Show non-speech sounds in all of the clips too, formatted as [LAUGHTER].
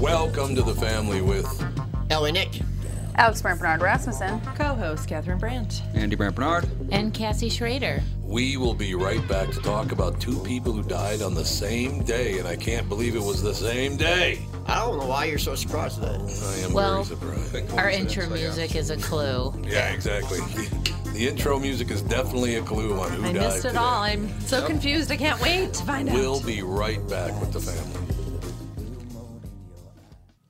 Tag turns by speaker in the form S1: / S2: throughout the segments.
S1: Welcome to the family with
S2: Ellie Nick.
S3: Alex Brandt Bernard Rasmussen.
S4: Co-host Catherine Brandt.
S5: Andy Brandt Bernard.
S6: And Cassie Schrader.
S1: We will be right back to talk about two people who died on the same day, and I can't believe it was the same day.
S2: I don't know why you're so surprised at that.
S1: I am
S6: Well,
S1: very surprised.
S6: Our intro music is a clue.
S1: Yeah, exactly. [LAUGHS] The, the intro music is definitely a clue on who
S4: I
S1: died.
S4: missed it
S1: today.
S4: all. I'm so confused. I can't wait to find
S1: We'll
S4: out.
S1: be right back with the family.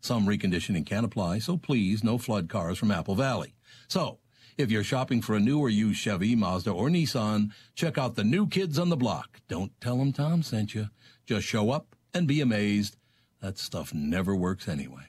S1: Some reconditioning can apply, so please no flood cars from Apple Valley. So, if you're shopping for a new or used Chevy, Mazda, or Nissan, check out the new kids on the block. Don't tell them Tom sent you. Just show up and be amazed. That stuff never works anyway.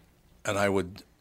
S1: and I would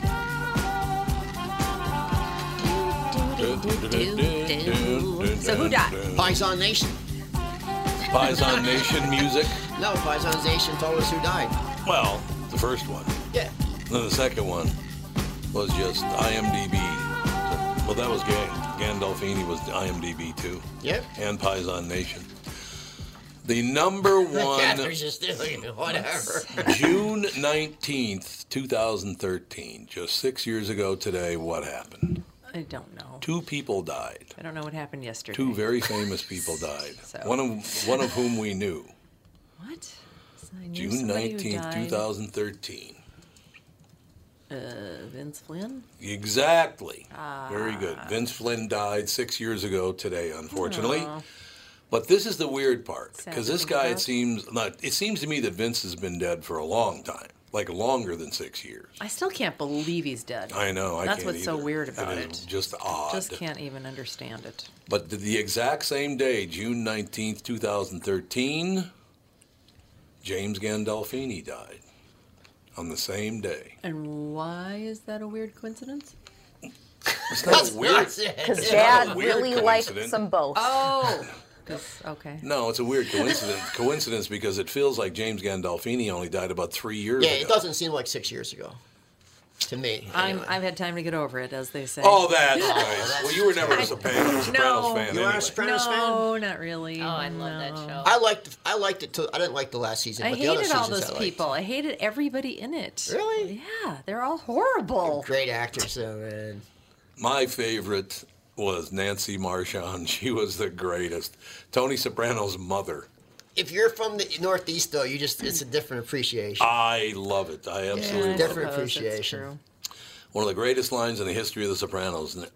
S6: So
S3: So who died?
S2: Paisan Nation.
S1: Paisan Nation music?
S2: No, Paisan Nation told us who died.
S1: Well, the first one.
S2: Yeah.
S1: Then the second one was just IMDb. So- Well, that was gay. Gandolfini was the IMDb too,
S2: Yep.
S1: and Paisan Nation.
S2: [LAUGHS]
S1: The number one,
S2: Catherine's just doing it, whatever.
S1: [LAUGHS] June 19th, 2013, just six years ago today, what happened?
S4: I don't know.
S1: Two people died.
S4: I don't know what happened yesterday.
S1: Two very famous
S2: [LAUGHS]
S1: people died.
S4: So-
S1: One of one of whom we knew.
S4: What? So I knew
S1: June
S4: somebody who
S1: 19th,
S4: died.
S1: 2013.
S4: Uh, Vince Flynn.
S1: Exactly. Very good.
S4: Ah.
S1: Vince Flynn died six years ago today, unfortunately. But this is the weird part
S4: Sad
S1: because
S4: to
S1: this
S4: think
S1: guy, it
S4: about.
S1: seems, not, it seems to me that Vince has been dead for a long time, like longer than six years.
S4: I still can't believe he's dead.
S1: I know. I
S4: That's
S1: can't
S4: what's so
S1: either.
S4: weird about
S1: It is
S4: it.
S1: just odd.
S4: Just can't even understand it.
S1: But th- the exact same day, June nineteenth, two thousand thirteen, James Gandolfini died on the same day.
S4: And why is that a weird coincidence?
S1: It's not a weird.
S3: Because
S1: It's not a
S3: Dad
S1: weird
S3: really liked
S1: coincidence.
S3: them both.
S4: Oh, because okay.
S1: No, it's a weird coincidence. coincidence because it feels like James Gandolfini only died about three years
S2: Yeah,
S1: ago.
S2: it doesn't seem like six years ago. to me.
S4: I'm,
S2: anyway.
S4: I've had time to get over it, as they say.
S1: Oh, that's nice. Well, you were never a Sopranos, Sopranos
S4: No.
S1: fan
S4: You
S2: are a
S1: anyway.
S2: Sopran- Sopranos
S4: no, not really.
S6: Oh, I love that
S4: No.
S6: show.
S2: I liked I liked it till I didn't like the last season,
S4: I
S2: but the other
S4: hated all
S2: seasons
S4: those
S2: I liked.
S4: people. I hated everybody in it.
S2: Really?
S4: Yeah, they're all horrible.
S2: Great actors though, man.
S1: My favorite was Nancy Marchand. [LAUGHS] She was the greatest. Tony Soprano's mother.
S2: If you're from the Northeast though, you just it's a different appreciation.
S1: I love it. I Ah, absolutely
S4: I
S1: love it.
S2: Different
S4: suppose it's
S2: appreciation.
S4: true.
S1: One of the greatest lines in the history of The Sopranos. N-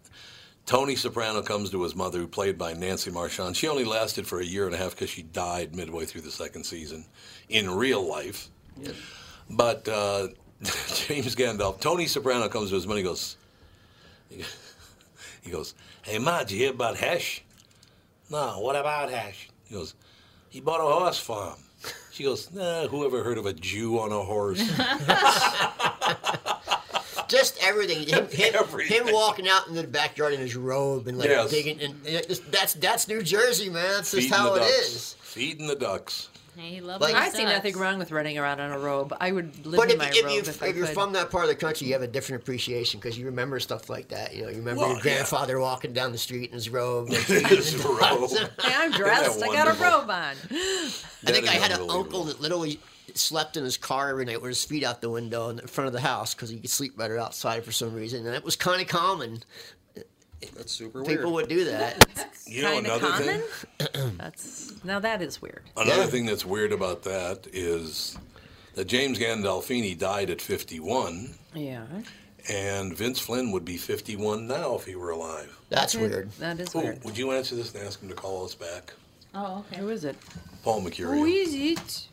S1: Tony Soprano comes to his mother, who played by Nancy Marchand. She only lasted for a year and a half because she died midway through the second season in real life. But uh, [LAUGHS] James Gandolf, Tony Soprano comes to his mother. He goes, [LAUGHS] he goes, "Hey, Ma, did you hear about Hesh? No, what about Hesh? He goes, he bought a horse farm. She goes, Nah, who ever heard of a Jew on
S2: [LAUGHS]
S1: a horse?
S2: Just everything. Him, him,
S1: Everything.
S2: him walking out in the backyard in his robe and like
S1: Yes.
S2: digging and it just- that's that's New Jersey, man. That's just
S1: Feeding
S2: how
S1: the
S2: it
S1: ducks.
S2: is.
S1: Feeding the ducks.
S6: He loved
S2: Like-
S6: those
S2: I
S4: I see
S6: ducks.
S4: nothing wrong with running around in a robe. I would live
S2: But
S4: in
S2: if,
S4: my
S2: if,
S4: robe
S2: you,
S4: if
S2: if,
S4: I
S2: you're
S4: could. [LAUGHS]
S2: from that part of the country, you have a different appreciation because you remember stuff like that. You know, you remember
S1: Well,
S2: your
S1: yeah.
S2: grandfather walking down the street in his
S1: [LAUGHS]
S2: robe.
S1: His
S2: [LAUGHS]
S1: robe.
S4: Hey, I'm dressed. I got a
S1: wonderful?
S4: robe
S2: I
S4: on.
S2: think
S1: That
S2: I
S1: is
S2: had an
S1: unbelievable.
S2: uncle that literally slept in his car every night with his feet out the window in front of the house because he could sleep better outside for some reason, and it was kind of common.
S7: That's super
S2: People would
S7: weird.
S2: do
S4: [LAUGHS]
S2: that.
S1: You know
S4: Kinda
S1: another thing.
S2: [CLEARS THROAT]
S4: That's now that is weird.
S1: Another
S2: Yeah.
S1: thing that's weird about that is that James Gandolfini died at 51,
S4: Yeah,
S1: and Vince Flynn would be 51 now if he were alive.
S2: That's weird.
S4: that is
S1: Oh,
S4: weird.
S1: would you answer this and ask him to call us back?
S6: Oh, okay.
S4: Who is it?
S1: Paul Mercurio.
S4: is it?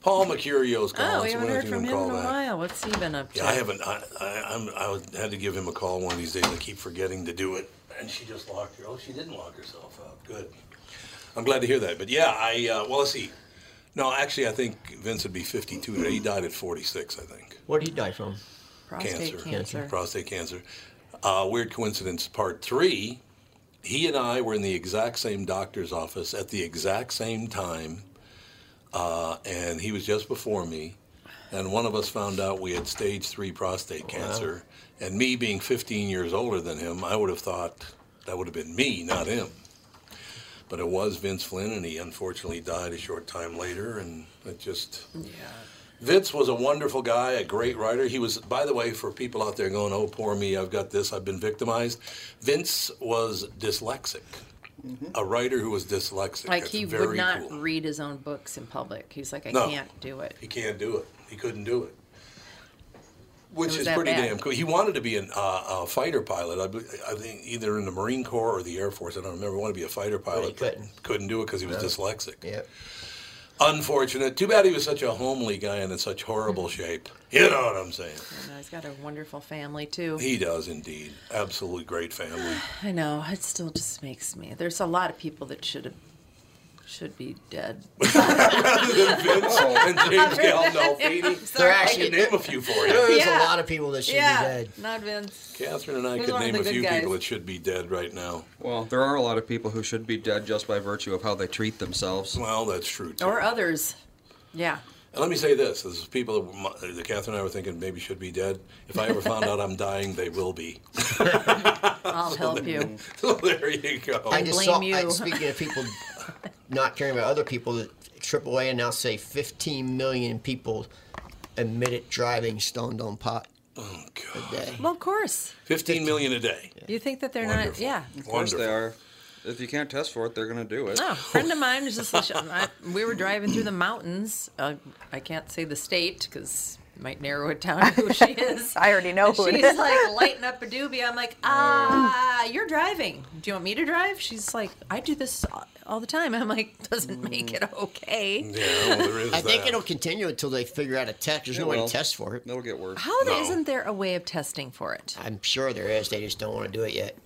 S1: Paul Mercurio's calling.
S4: Oh, we
S1: so
S4: haven't
S1: why don't
S4: heard
S1: you
S4: from him
S1: call
S4: in a
S1: back?
S4: while. What's he been up to?
S1: Yeah, I haven't. I, I, I'm, I was- had to give him a call one of these days. I keep forgetting to do it. And she just locked her. Oh, she didn't lock herself out. Good. I'm glad to hear that. But yeah, I. Uh, well, let's see. No, actually, I think Vince would be 52 today. He died at 46, I think.
S2: What did he die from?
S4: Prostate
S1: cancer.
S4: cancer.
S1: Prostate cancer. Uh, weird coincidence, part three. He and I were in the exact same doctor's office at the exact same time, uh, and he was just before me. And one of us found out we had stage three prostate cancer. And me being 15 years older than him, I would have thought that would have been me, not him. But it was Vince Flynn, and he unfortunately died a short time later. And it just. Vince was a wonderful guy, a great writer. He was, by the way, for people out there going, oh, poor me, I've got this, I've been victimized. Vince was dyslexic, a writer who was dyslexic.
S4: Like
S1: That's
S4: he
S1: very
S4: would not
S1: cool.
S4: read his own books in public. He's like, I
S1: No.
S4: can't do it.
S1: He can't do it. He couldn't do it. Which
S4: was
S1: is
S4: that
S1: pretty
S4: bad.
S1: damn cool. He wanted to be an, uh, a fighter pilot. I, bel- I think either in the Marine Corps or the Air Force. I don't remember. Wanted to be a fighter pilot.
S2: couldn't.
S1: Couldn't do it because he was dyslexic.
S2: Yep.
S1: Unfortunate. Too bad he was such a homely guy and in such horrible
S4: Mm-hmm.
S1: shape. You know what I'm saying?
S4: You know, he's got a wonderful family too.
S1: He does indeed. Absolutely great family.
S4: I know. It still just makes me. There's a lot of people that should have should be
S1: [LAUGHS]
S4: dead. [LAUGHS]
S1: Vince and James
S6: [LAUGHS]
S1: Gandolfini.
S2: They're
S1: I can
S2: actually
S1: name a few for you.
S2: there's
S4: Yeah.
S2: a lot of people that should be dead.
S4: not Vince.
S1: Catherine and I
S4: He's
S1: could
S4: one of
S1: name
S4: the
S1: a
S4: good
S1: few
S4: guys.
S1: people that should be dead right now.
S7: Well, there are a lot of people who should be dead just by virtue of how they treat themselves.
S1: Well, that's true too.
S4: Or others. Yeah.
S1: And let me say this: this is people that, my- that Catherine and I were thinking maybe should be dead. If I ever found out I'm dying, they will be.
S4: [LAUGHS] I'll help you.
S1: [LAUGHS] so there you go.
S2: I just
S4: blame
S2: saw. I,
S4: you. [LAUGHS]
S2: speaking of people not caring about other people, that AAA announced say 15 million people admitted driving stoned on pot
S1: Oh,
S2: a
S1: God.
S2: day.
S4: Well, of course.
S1: Fifteen million a day.
S4: You think that they're not?
S1: Wonderful.
S4: Yeah.
S7: Of course
S1: Wonderful.
S7: they are. If you can't test for it, they're going to do it.
S4: No, a friend of mine was just. [LAUGHS] I, we were driving through the mountains. Uh, I can't say the state because might narrow it down [LAUGHS] to who she is.
S8: [LAUGHS] I already know who it
S4: She's
S8: is.
S4: like lighting up a doobie. I'm like, ah, you're driving. Do you want me to drive? She's like, I do this all- all the time. I'm like, doesn't make it okay.
S1: Mm. Yeah, well, there is
S2: I think
S1: that.
S2: it'll continue until they figure out a test. There's no way
S7: will.
S2: to test for it.
S7: It'll get worse.
S4: How the-
S1: No.
S4: isn't there a way of testing for it?
S2: I'm sure there is. They just don't want to do it yet.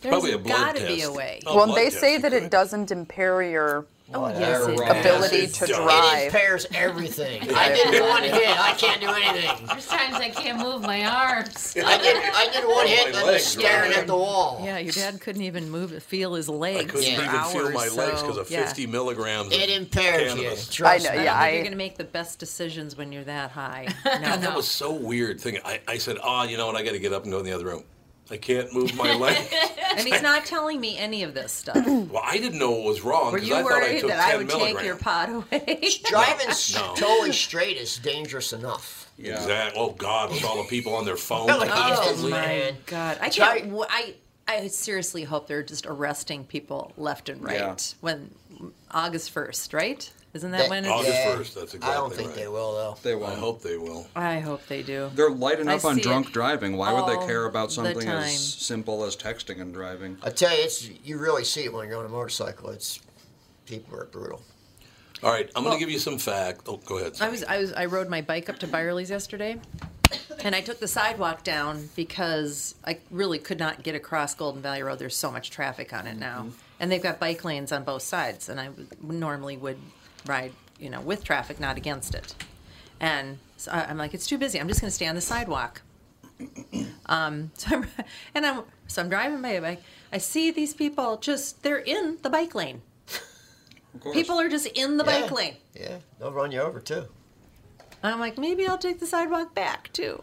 S4: There's
S1: Probably a blood
S4: gotta
S1: test.
S4: be a way.
S1: Oh,
S8: Well,
S1: blood
S8: they
S1: test,
S8: say
S1: you
S8: that
S1: could.
S8: it doesn't impair your
S4: Oh,
S6: yes, it
S7: Whatever.
S6: is.
S3: Ability
S1: Yes,
S3: to
S1: it does.
S2: Oh, It
S3: drive.
S2: impairs everything.
S1: [LAUGHS]
S2: I did [LAUGHS] one hit. I can't do anything.
S6: There's times I can't move my arms.
S2: I did, I did one hit and
S1: My
S2: I'm
S1: legs,
S2: just staring
S1: right?
S2: at the wall.
S4: Yeah, your dad couldn't even move, feel his
S1: I
S4: legs.
S1: couldn't
S4: for
S1: even feel
S4: hours,
S1: my legs because
S4: so,
S1: of
S4: yeah.
S1: 50 milligrams.
S2: It
S1: of
S2: impairs you.
S1: cannabis.
S2: Trust
S3: I know,
S2: me.
S3: yeah.
S4: I don't think
S3: I-
S4: you're gonna make the best decisions when you're that
S8: [LAUGHS]
S4: high.
S1: That was so weird. Thing I, I said, ah, you know what? I got to get up and go in the other room. I can't move
S4: [LAUGHS]
S1: my legs.
S4: and he's not telling me any of this stuff.
S1: well, I didn't know what was wrong
S4: Were
S1: because
S4: you
S1: Oh, I thought I
S4: worried
S1: took
S4: that
S1: 10
S4: I would
S1: milligrams.
S4: take your pot away? [LAUGHS]
S2: Driving s
S1: No.
S2: totally straight is dangerous enough.
S7: Yeah.
S1: Exact- Oh God, with all the
S2: [LAUGHS]
S1: people on their phone
S2: Really?
S4: Oh
S1: constantly.
S4: my
S2: Man.
S4: god! I
S2: Try-
S4: can't. w- I I seriously hope they're just arresting people left and right
S7: Yeah.
S4: when August first, right? Isn't that
S2: That-
S4: when?
S1: August
S4: It's,
S2: Yeah.
S1: 1st, that's
S2: I don't
S1: exactly
S2: think
S1: right.
S2: they will though.
S7: They
S1: I
S7: won't.
S1: hope they will.
S4: I hope they do.
S7: They're lighting
S4: I
S7: up on
S4: see it
S7: drunk driving. Why would
S4: all
S7: they care about
S4: the
S7: something
S4: time.
S7: as simple as texting and driving?
S2: I tell you, it's you really see it when you're on a motorcycle. It's people are brutal.
S1: All right, I'm going to give you some fact. Oh, go ahead.
S4: I was I was I rode my bike up to Byerly's yesterday, and I took the sidewalk down because I really could not get across Golden Valley Road. There's so much traffic on it
S7: Mm-hmm.
S4: now, and they've got bike lanes on both sides. And I w- normally would ride, you know, with traffic, not against it. And so I- I'm like, it's too busy. I'm just going to stay on the sidewalk. [CLEARS THROAT] Um, So I'm, [LAUGHS] and I'm so I'm driving my bike. I see these people just they're in the bike lane.
S7: Of course.
S4: People are just in the bike
S2: Yeah.
S4: lane.
S2: Yeah, they'll run you over too.
S4: And I'm like, maybe I'll take the sidewalk back too.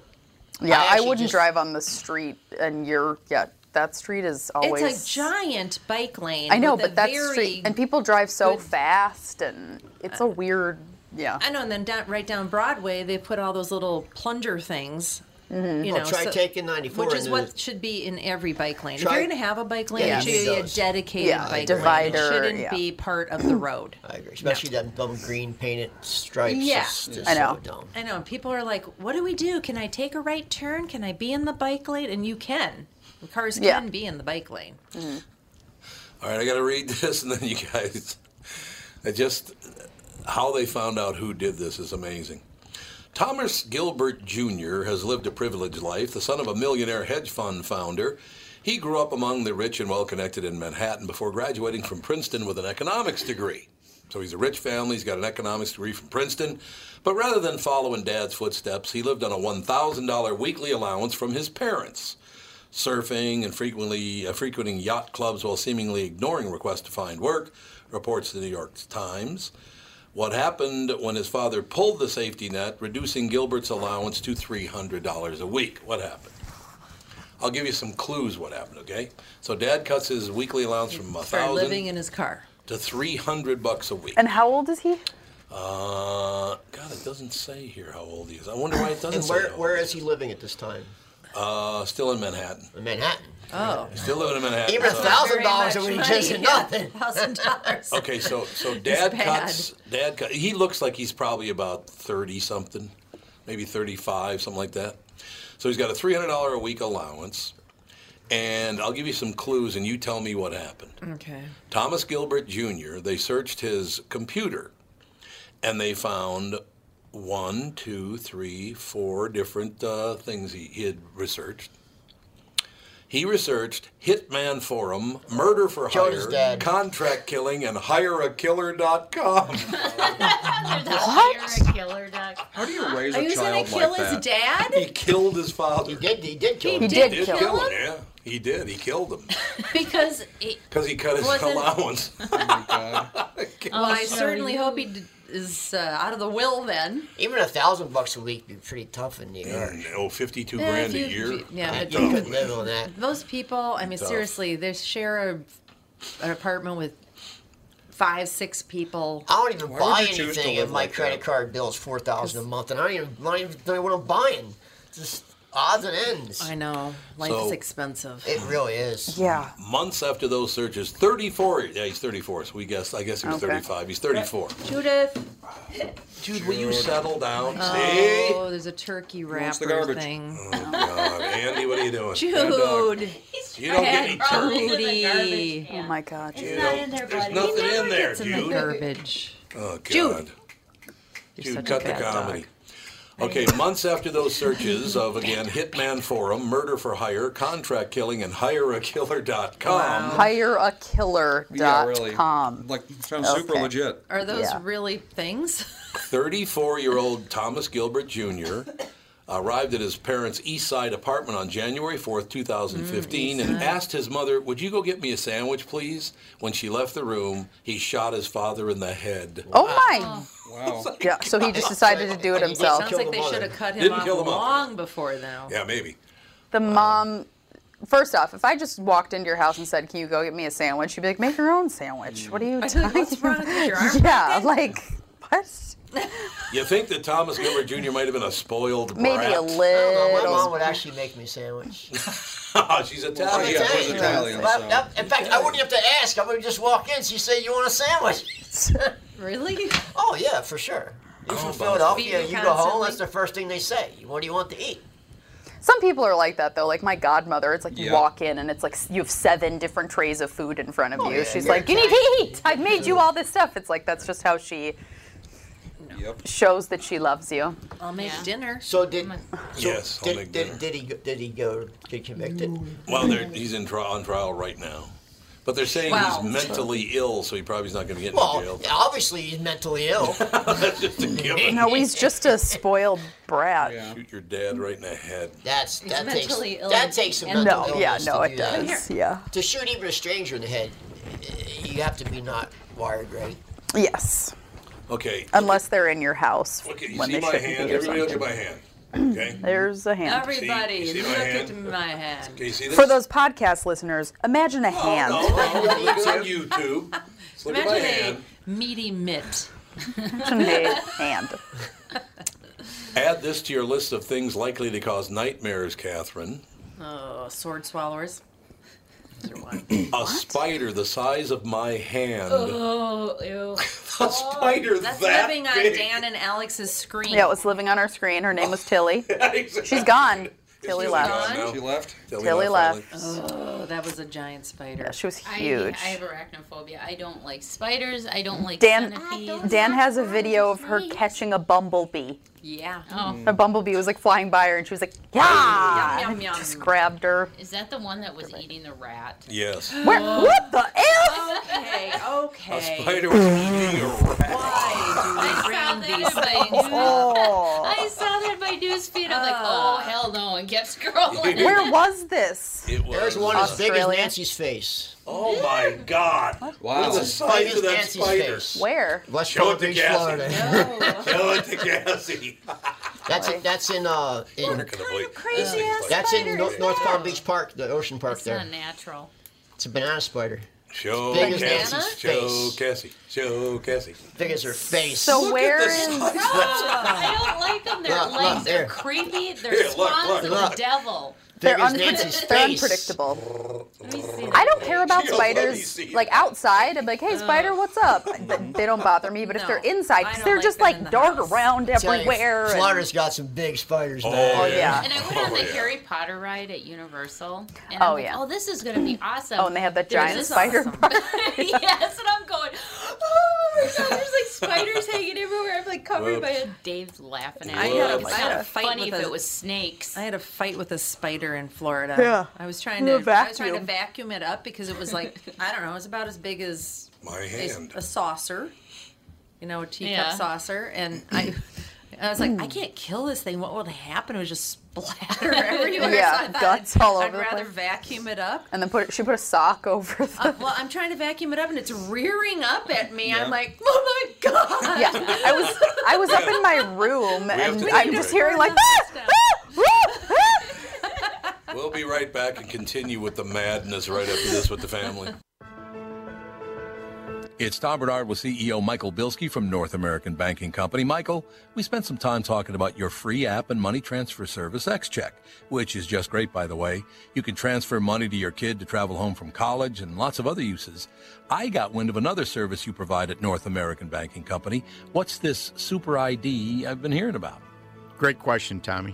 S2: I
S3: Yeah, I,
S2: actually
S3: wouldn't
S2: just-
S3: drive on the street, and you're yeah. That street is always.
S4: It's a giant bike lane.
S3: I know,
S4: with a
S3: but that's
S4: very,
S3: street, and people drive so
S4: good-
S3: fast, and it's a weird. Yeah.
S4: I know, and then down, right down Broadway, they put all those little plunger things.
S3: Mm-hmm.
S4: You know,
S2: Well, Mm-hmm. Oh, try taking 94
S4: which is
S2: into
S4: what
S2: the-
S4: should be in every bike lane. if
S2: Try-
S4: you're going to have a bike lane,
S3: Yeah,
S4: it
S3: you
S4: should
S2: need
S4: be a
S2: those.
S4: dedicated
S3: Yeah,
S4: bike lane. It
S3: divider,
S4: shouldn't
S3: yeah.
S4: be part of the road.
S2: [CLEARS THROAT] I agree, especially that dumb green painted stripes.
S4: Yeah.
S2: is just
S3: I know.
S2: So dumb.
S4: I know. and People are like, "What do we do? Can I take a right turn? Can I be in the bike lane?" And you can. Cars can
S3: Yeah. Mm-hmm.
S4: be in the bike lane.
S1: All right, I got to read [LAUGHS] this, and then you guys. I just how they found out who did this is amazing. Thomas Gilbert Jr. has lived a privileged life, the son of a millionaire hedge fund founder. He grew up among the rich and well connected in Manhattan before graduating from Princeton with an economics degree. So he's a rich family, he's got an economics degree from Princeton. But rather than follow in dad's footsteps, he lived on a $1,000 weekly allowance from his parents surfing and frequently uh, frequenting yacht clubs while seemingly ignoring requests to find work, reports the New York Times. What happened when his father pulled the safety net, reducing Gilbert's allowance to $300 a week? What happened? I'll give you some clues what happened, okay? So dad cuts his weekly allowance from a
S4: Started living
S1: 1000
S4: in his car.
S1: to 300 bucks a week.
S3: And how old is he?
S1: Uh, God, it doesn't say here how old he is. I wonder why it doesn't
S2: And
S1: say.
S2: where
S1: how old
S2: where
S1: he
S2: is he living at this time?
S1: Uh, still in Manhattan.
S2: In Manhattan.
S4: Oh,
S1: Still living in
S7: Uh,
S1: Manhattan. Uh,
S2: Even a
S1: so-
S2: thousand dollars a
S4: Very [LAUGHS]
S2: week
S4: much
S2: isn't
S4: money.
S2: nothing. [LAUGHS]
S4: thousand dollars.
S1: Okay, so
S4: [LAUGHS]
S1: so dad
S4: bad.
S1: cuts. Dad cut. He looks like he's probably about thirty something, maybe thirty five, something like that. So he's got a three hundred dollar a week allowance, and I'll give you some clues, and you tell me what happened.
S4: Okay.
S1: Thomas Gilbert Jr., they searched his computer and they found one, two, three, four different uh, things he, he had researched. He researched Hitman Forum, Murder for
S2: Joe's
S1: Hire,
S2: dead.
S1: Contract Killing, and HireAKiller.com.
S6: What?
S7: How do you raise
S4: Are
S7: a
S4: you gonna
S7: child
S4: kill
S7: like
S4: his
S7: that?
S1: he [LAUGHS]
S4: dad
S1: killed his father.
S2: He did. He did kill
S4: He
S2: him.
S4: did.
S3: Did
S1: He
S3: kill him?
S1: Yeah, he did. He killed him
S4: because it,
S1: because he cut his
S4: Wasn't-
S1: allowance.
S4: well, I
S6: sure
S4: certainly
S6: you-
S4: hope he d- is uh, out of the will then.
S2: Even a thousand bucks a week would be pretty tough in New York.
S1: And, oh, 52
S4: Yeah,
S1: grand
S4: if
S1: a
S4: you-
S1: year.
S4: yeah,
S2: You
S4: but-
S2: couldn't live on that.
S4: Most people, I mean,
S1: Tough.
S4: seriously, they share a, an apartment with five, six people.
S2: I don't even
S7: [LAUGHS] Why would
S2: buy
S7: you choose to
S2: anything,
S7: live
S2: and my
S7: like
S2: credit
S7: that?
S2: card bill is four thousand a month, and I don't even, I don't even know what I'm buying. It's Just odds and ends.
S4: I know life
S1: So-
S4: is expensive.
S2: It really is.
S3: Yeah.
S1: months after those searches, 34. Yeah, he's 34. So we guessed. I guess he was
S3: Okay.
S1: 35. He's 34.
S4: Judith,
S1: Dude, will you settle down?
S4: oh, there's a turkey
S7: wants the
S4: wrapper
S7: garbage? Mm,
S4: thing.
S1: See? Oh, God. Andy, what are you doing? That dog.
S4: Jude,
S1: You don't get any
S4: Bad
S1: turkey.
S4: Judy,
S3: Oh my God.
S1: You
S6: not
S1: don't-
S6: in there,
S1: There's
S6: buddy.
S1: nothing
S6: He
S1: in there,
S4: it's in the
S1: dude.
S4: garbage.
S1: Oh, God.
S4: Jude. You're
S1: Dude,
S4: such a
S1: cut the
S4: bad dog.
S1: comedy. Okay, months after those searches of again Hitman Forum, Murder for Hire, Contract Killing, and HireAKiller.com. Yeah, really.
S3: HireAKiller.com.
S1: Like,
S3: sounds super Okay. legit.
S4: Are those
S3: Yeah.
S4: really things? [LAUGHS]
S1: 34 year old Thomas Gilbert Jr. arrived at his parents' East Side apartment on January 4th, 2015,
S9: Mm, East
S1: and
S9: Side.
S1: asked his mother, Would you go get me a sandwich, please? When she left the room, he shot his father in the head.
S3: Oh my!
S1: Wow.
S3: Yeah, so he just decided to do it himself.
S4: Sounds like they should have cut him
S1: Didn't
S4: off
S1: kill the mother.
S4: long before now.
S1: Yeah, maybe.
S3: The mom. First off, if I just walked into your house and said, "Can you go get me a sandwich?" You'd be like, "Make your own sandwich." What are you? talking yeah, like what?
S1: You think that Thomas Gilbert Jr. might have been a spoiled
S3: Maybe a
S1: brat?
S2: My
S3: little.
S2: mom would actually make me a sandwich.
S1: [LAUGHS] She's Italian.
S2: She's Italian. Well, that- in fact, I wouldn't have to ask. I would just walk in. She say, "You want a sandwich?" [LAUGHS]
S4: really?
S2: Oh yeah, for sure. You
S1: Oh,
S2: from
S1: boss.
S2: Philadelphia?
S1: Feed
S2: You
S1: you
S2: go home.
S1: constantly.
S2: That's the first thing they say. What do you want to eat?
S3: Some people are like that though. Like my godmother, it's like you
S2: Yeah.
S3: walk in and it's like you have seven different trays of food in front of
S2: Oh,
S3: you.
S2: yeah,
S3: She's
S2: yeah.
S3: like, "You need to eat. I've made you all this stuff." It's like that's just how she shows that she loves you.
S4: I'll make dinner.
S2: So did
S1: Yes, I'll
S2: did,
S1: make
S2: did,
S1: dinner.
S2: did he go- did he go get convicted?
S1: Well, they're, he's in trial, on trial right now. But they're saying
S2: Wow.
S1: he's mentally ill, so he probably's not going to get into
S2: Well,
S1: jail.
S2: obviously he's mentally ill.
S1: That's just a
S3: [LAUGHS]
S1: given.
S3: No, he's just a spoiled brat.
S1: Shoot your dad right in the head.
S2: That's
S3: He's
S2: that takes
S3: mentally ill
S2: that takes some
S3: and-
S2: mental
S3: No,
S2: illness
S3: yeah, no,
S2: to
S3: it
S2: do that.
S3: does, yeah.
S2: To shoot even a stranger in the head, you have to be not wired right.
S3: Yes.
S1: Okay.
S3: Unless they're in your house
S1: Okay, you
S3: when
S1: see
S3: they
S1: my
S3: shouldn't
S1: hand?
S3: be or
S1: Everybody look at
S3: something.
S1: my hand. Okay.
S3: There's a hand.
S4: Everybody,
S1: See- you see my
S4: look
S1: hand?
S4: at my hand.
S1: Okay, you see this?
S3: For those podcast listeners, imagine a hand.
S1: No, no, no, look on
S4: [LAUGHS]
S1: YouTube. Look at my hand.
S4: Imagine a meaty mitt.
S3: hand.
S1: Add this to your list of things likely to cause nightmares, Catherine.
S4: [LAUGHS] Oh, sword swallowers.
S1: A spider the size of my hand.
S4: Oh,
S1: [LAUGHS]
S4: ew.
S1: A spider
S4: That's
S1: that
S4: living on
S1: big.
S4: Dan and Alex's screen.
S3: Yeah, it was living on our screen. Her name was Tilly. She's gone. Tilly left.
S7: She left.
S3: Tilly left.
S4: Oh, that was a giant spider.
S3: Yeah, she was
S6: I,
S3: huge.
S6: I have arachnophobia. I don't like spiders. I don't like
S3: Dan
S6: centipedes.
S3: Dan has a video of her catching a bumblebee.
S6: Yeah.
S4: Oh.
S6: Hmm.
S3: A bumblebee was like flying by her, and she was like, "Yeah!"
S6: Yum,
S3: and
S6: yum,
S3: Just grabbed her.
S6: Is that the one that was eating the rat? Oh.
S1: Yes.
S3: Where, what the f?
S6: Okay, okay.
S1: A spider was eating a
S6: I saw that in my news. I saw that in my news feed. I'm like, oh hell no, and kept scrolling.
S3: Where was this?
S1: It was
S2: There's one as big
S3: Australia.
S2: as Nancy's face.
S1: Oh my God! Look at the size of that spider.
S3: Where?
S2: West
S1: Show
S2: Palm
S1: it to
S2: Beach,
S1: Gassy.
S2: Florida.
S1: Show it to Gassy.
S2: That's in, that's in uh in
S6: Crazy ass
S2: that's in
S6: spider
S2: Nor-
S6: is
S2: North Palm
S6: that?
S2: Beach Park, the ocean park
S6: It's
S2: there.
S6: not natural.
S2: It's a banana spider.
S1: Show
S2: Big as
S1: Cassie.
S2: Nancy's
S1: Show
S2: face.
S1: Cassie. Show Cassie.
S2: Big as her face.
S3: So
S1: Look at
S3: where
S1: the
S3: in-
S1: size of that
S6: I don't like them. Their
S2: Look, look,
S6: legs
S2: there.
S6: are creepy. They're
S1: Here, look,
S6: swans
S1: look,
S6: of
S1: look.
S6: the devil.
S3: They're,
S2: Big as
S3: unpredict-
S2: Nancy's
S3: they're
S2: face.
S3: unpredictable. I don't care about
S1: Yo, let me
S3: spiders
S1: see
S3: like outside. I'm like, hey, spider, what's
S6: [LAUGHS]
S3: up? But they don't bother me. But if they're inside, they they're just like dart around
S2: Tell you,
S3: everywhere. and-
S2: Florida's got some big spiders. man.
S3: Oh, yeah.
S6: And I went on the Harry Potter ride at Universal. And
S3: Oh,
S6: I'm like,
S3: yeah.
S6: oh, this is going to be awesome.
S3: Oh, and they have that
S6: There's
S3: giant
S6: this
S3: spider.
S6: [LAUGHS] yes, and I'm going, oh my god, there's like spiders hanging everywhere. I'm like covered by a [LAUGHS] Dave's laughing at
S4: I
S6: me.
S4: had a-
S6: it's
S4: I had
S6: not
S4: a fight
S6: funny
S4: with
S6: if
S4: a-
S6: it was snakes.
S4: I had a fight with a spider in Florida.
S6: Yeah.
S4: I was trying
S6: The
S4: to I was trying to
S6: vacuum.
S4: vacuum it up because it
S3: [LAUGHS]
S4: was like I don't know, it was about as big as
S1: My
S4: as
S1: hand.
S4: a saucer. You know, a teacup
S6: Yeah.
S4: saucer
S1: [CLEARS THROAT]
S4: and I I was like, I can't kill this thing. What would happen? It would just
S3: [LAUGHS]
S4: splatter everywhere.
S3: Yeah,
S4: so I thought
S3: guts
S4: I'd,
S3: all
S4: I'd
S3: over the
S4: rather
S3: place.
S4: vacuum it
S3: [LAUGHS]
S4: up.
S3: And then put she put a sock over
S4: [LAUGHS]
S3: the.
S4: Uh, well, I'm trying to vacuum it up and it's rearing up at me.
S3: Yeah.
S4: I'm like, [LAUGHS] oh my god!
S3: Yeah, I was I was up in my room
S1: have
S3: and
S1: to
S3: I'm
S1: do
S3: just
S1: that.
S3: hearing like, ah, ah, ah, ah.
S1: We'll be right back and continue with the madness right after this with the family. It's Tom Bernard with CEO Michael Bilski from North American Banking Company. Michael, we spent some time talking about your free app and money transfer service, XCheck, which is just great, by the way. You can transfer money to your kid to travel home from college and lots of other uses. I got wind of another service you provide at North American Banking Company. What's this Super ID I've been hearing about?
S10: Great question, Tommy.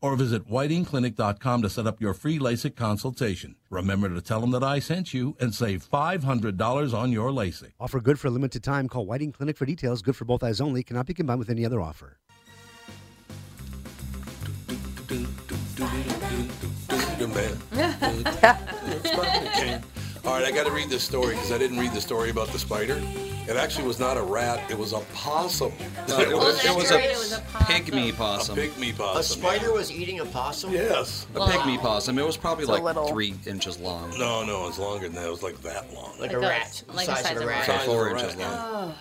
S11: or visit whitingclinic.com to set up your free LASIK consultation. Remember to tell them that I sent you and save $500 on your LASIK.
S9: Offer good for a limited time. Call Whiting Clinic for details. Good for both eyes only. Cannot be combined with any other offer.
S3: Ah!
S6: [LAUGHS]
S1: All right, I got to read this story because I didn't read the story about the spider. It actually was not a rat; it was a possum.
S7: No, it was- it was a It was a pygmy possum.
S1: A pygmy
S2: A
S1: possum.
S2: spider was eating a possum?
S1: Yes.
S7: A pygmy possum. It was probably
S2: It's a
S7: like
S2: little-
S7: three inches long.
S1: No, no, it's longer than that. It was like that long.
S2: Like a Like a- rat. like the Size size of a of a rat.
S7: So
S2: rat.
S1: Size
S7: four
S1: of a
S7: inches
S1: rat.
S7: long.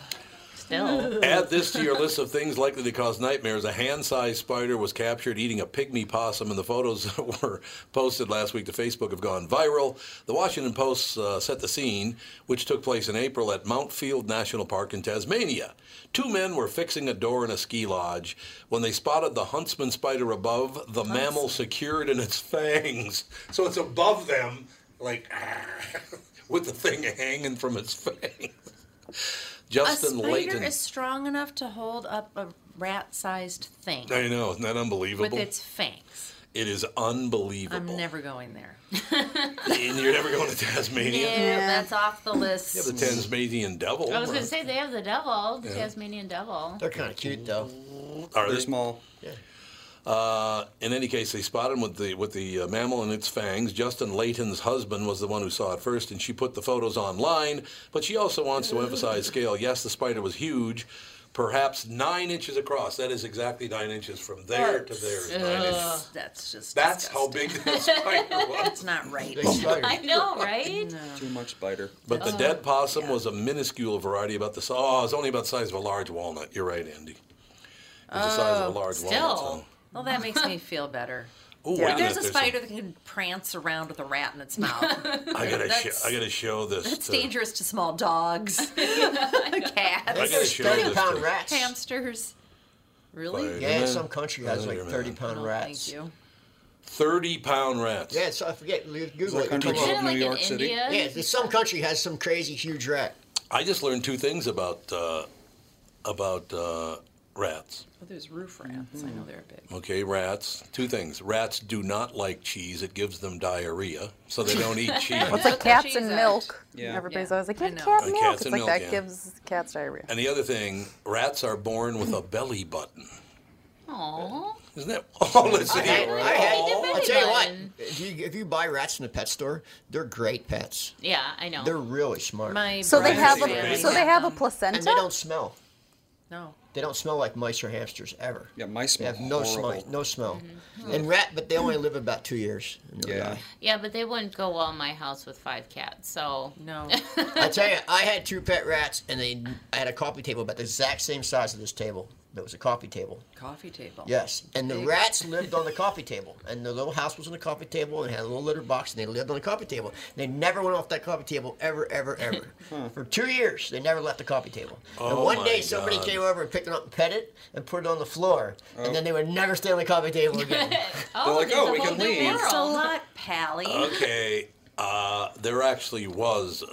S6: Still.
S1: Add this to your list of things likely to cause nightmares. A hand sized spider was captured eating a pygmy possum, and the photos [LAUGHS] that were posted last week to Facebook have gone viral. The Washington Post uh, set the scene, which took place in April at Mount Field National Park in Tasmania. Two men were fixing a door in a ski lodge when they spotted the huntsman spider above, the mammal secured in its fangs. So it's above them, like, [LAUGHS] with the thing hanging from its [LAUGHS] fangs. Justin
S4: a spider
S1: Layton.
S4: is strong enough to hold up a rat-sized thing
S1: I know, isn't that
S4: with
S1: unbelievable?
S4: its fangs.
S1: It is
S6: [LAUGHS]
S1: unbelievable.
S4: I'm never going there.
S1: and you're never going to Tasmania.
S4: No, that's off the list.
S1: You have the Tasmanian devil.
S6: I was going to say they have the devil, the
S1: Yeah.
S6: Tasmanian devil.
S2: They're kind of cute, though.
S1: Are
S7: They're
S1: they?
S7: small.
S1: Uh, in any case, they spotted him with the with the uh, mammal in its fangs. Justin Layton's husband was the one who saw it first, and she put the photos online. But she also wants to emphasize scale. Yes, the spider was huge, perhaps nine inches across. That is exactly nine inches from there to there. is nine
S4: Ugh,
S1: inches. [LAUGHS]
S4: That's just.
S1: That's how big
S6: [LAUGHS]
S1: that spider was.
S4: [LAUGHS] That's not right.
S1: Big
S4: [LAUGHS]
S1: spider.
S6: I know, right?
S7: Too much spider.
S1: But the
S6: Oh,
S1: dead possum was a minuscule variety about the size. Oh, it's only about the size of a large walnut. You're right, Andy. It's the size of a large walnut.
S4: Oh, Still.
S1: so-
S4: Well, that makes me feel better.
S1: [LAUGHS] Ooh, wait a
S4: If
S1: minute,
S4: there's a
S1: there's
S4: spider that can prance around with a rat
S1: [LAUGHS]
S4: in its mouth.
S1: I gotta,
S4: That's-
S1: sho- I gotta show this.
S4: That's
S1: to-
S4: dangerous to small
S1: [LAUGHS]
S4: dogs, [LAUGHS] cats,
S1: I gotta show this. to-
S4: hamsters. Really?
S1: Wait
S2: Yeah,
S1: a minute.
S2: some country has
S1: Wait a
S2: like
S1: minute.
S2: 30 pound rats.
S4: Thank you.
S1: Thirty-pound rats.
S2: Yeah, so I forget. Google it.
S1: that country
S2: it'll come
S1: called
S2: up.
S1: New Isn't it, like, York in City? India?
S2: Yeah, there's some country has some crazy
S1: [LAUGHS]
S2: huge rat.
S1: I just learned two things about uh, about uh, rats.
S4: Well, Oh, there's roof rats. I know they're big.
S1: Okay, rats. Two things. Rats do not like cheese. It gives them diarrhea, so they don't
S4: [LAUGHS]
S1: eat cheese.
S3: It's like cats and milk.
S1: Yeah.
S3: Everybody's always like, give
S1: Like
S3: cat milk.
S1: cats
S3: It's
S1: and
S3: like
S1: milk,
S3: that
S1: yeah.
S3: gives cats diarrhea.
S1: And the other thing, rats are born with a belly button.
S6: Aww.
S1: Isn't that? [LAUGHS] Oh, listen
S2: I,
S1: here.
S2: I had,
S6: belly
S2: I'll tell you what,
S6: button.
S2: if you, if you buy rats in the pet store, they're great pets.
S6: Yeah, I know.
S2: They're really smart.
S4: My
S3: So they
S2: brother's
S3: have a
S2: family
S3: so they
S2: had
S3: have a placenta.
S2: And they don't smell.
S4: No.
S2: They don't smell like mice or hamsters ever.
S7: Yeah, mice
S2: They
S7: smell
S2: have no smell.
S7: horrible.
S2: No smell. And rat, but they only live about two years. Yeah.
S6: Yeah, but they wouldn't go well in my house with five cats. So [LAUGHS]
S4: no.
S2: I tell you, I had two pet rats, and they I had a coffee table about the exact same size of this table. That was a coffee table.
S4: Coffee table.
S2: Yes, and the
S4: Big. [LAUGHS]
S2: rats lived on the coffee table, and their little house was on the coffee table, and had a little litter box, and they lived on the coffee table. They never went off that coffee table ever, ever, ever. For two years, they never left the coffee table.
S1: Oh
S2: and one
S1: my
S2: day, somebody
S1: God.
S2: came over and picked it up and pet it and put it on the floor, and then they would never stay on the coffee table again.
S6: Oh,
S7: like,
S6: there's
S7: "Oh,
S6: a
S7: we
S6: whole
S7: can
S6: new
S7: leave."
S6: world.
S4: Thanks a lot, Pally.
S1: Okay, uh, there actually was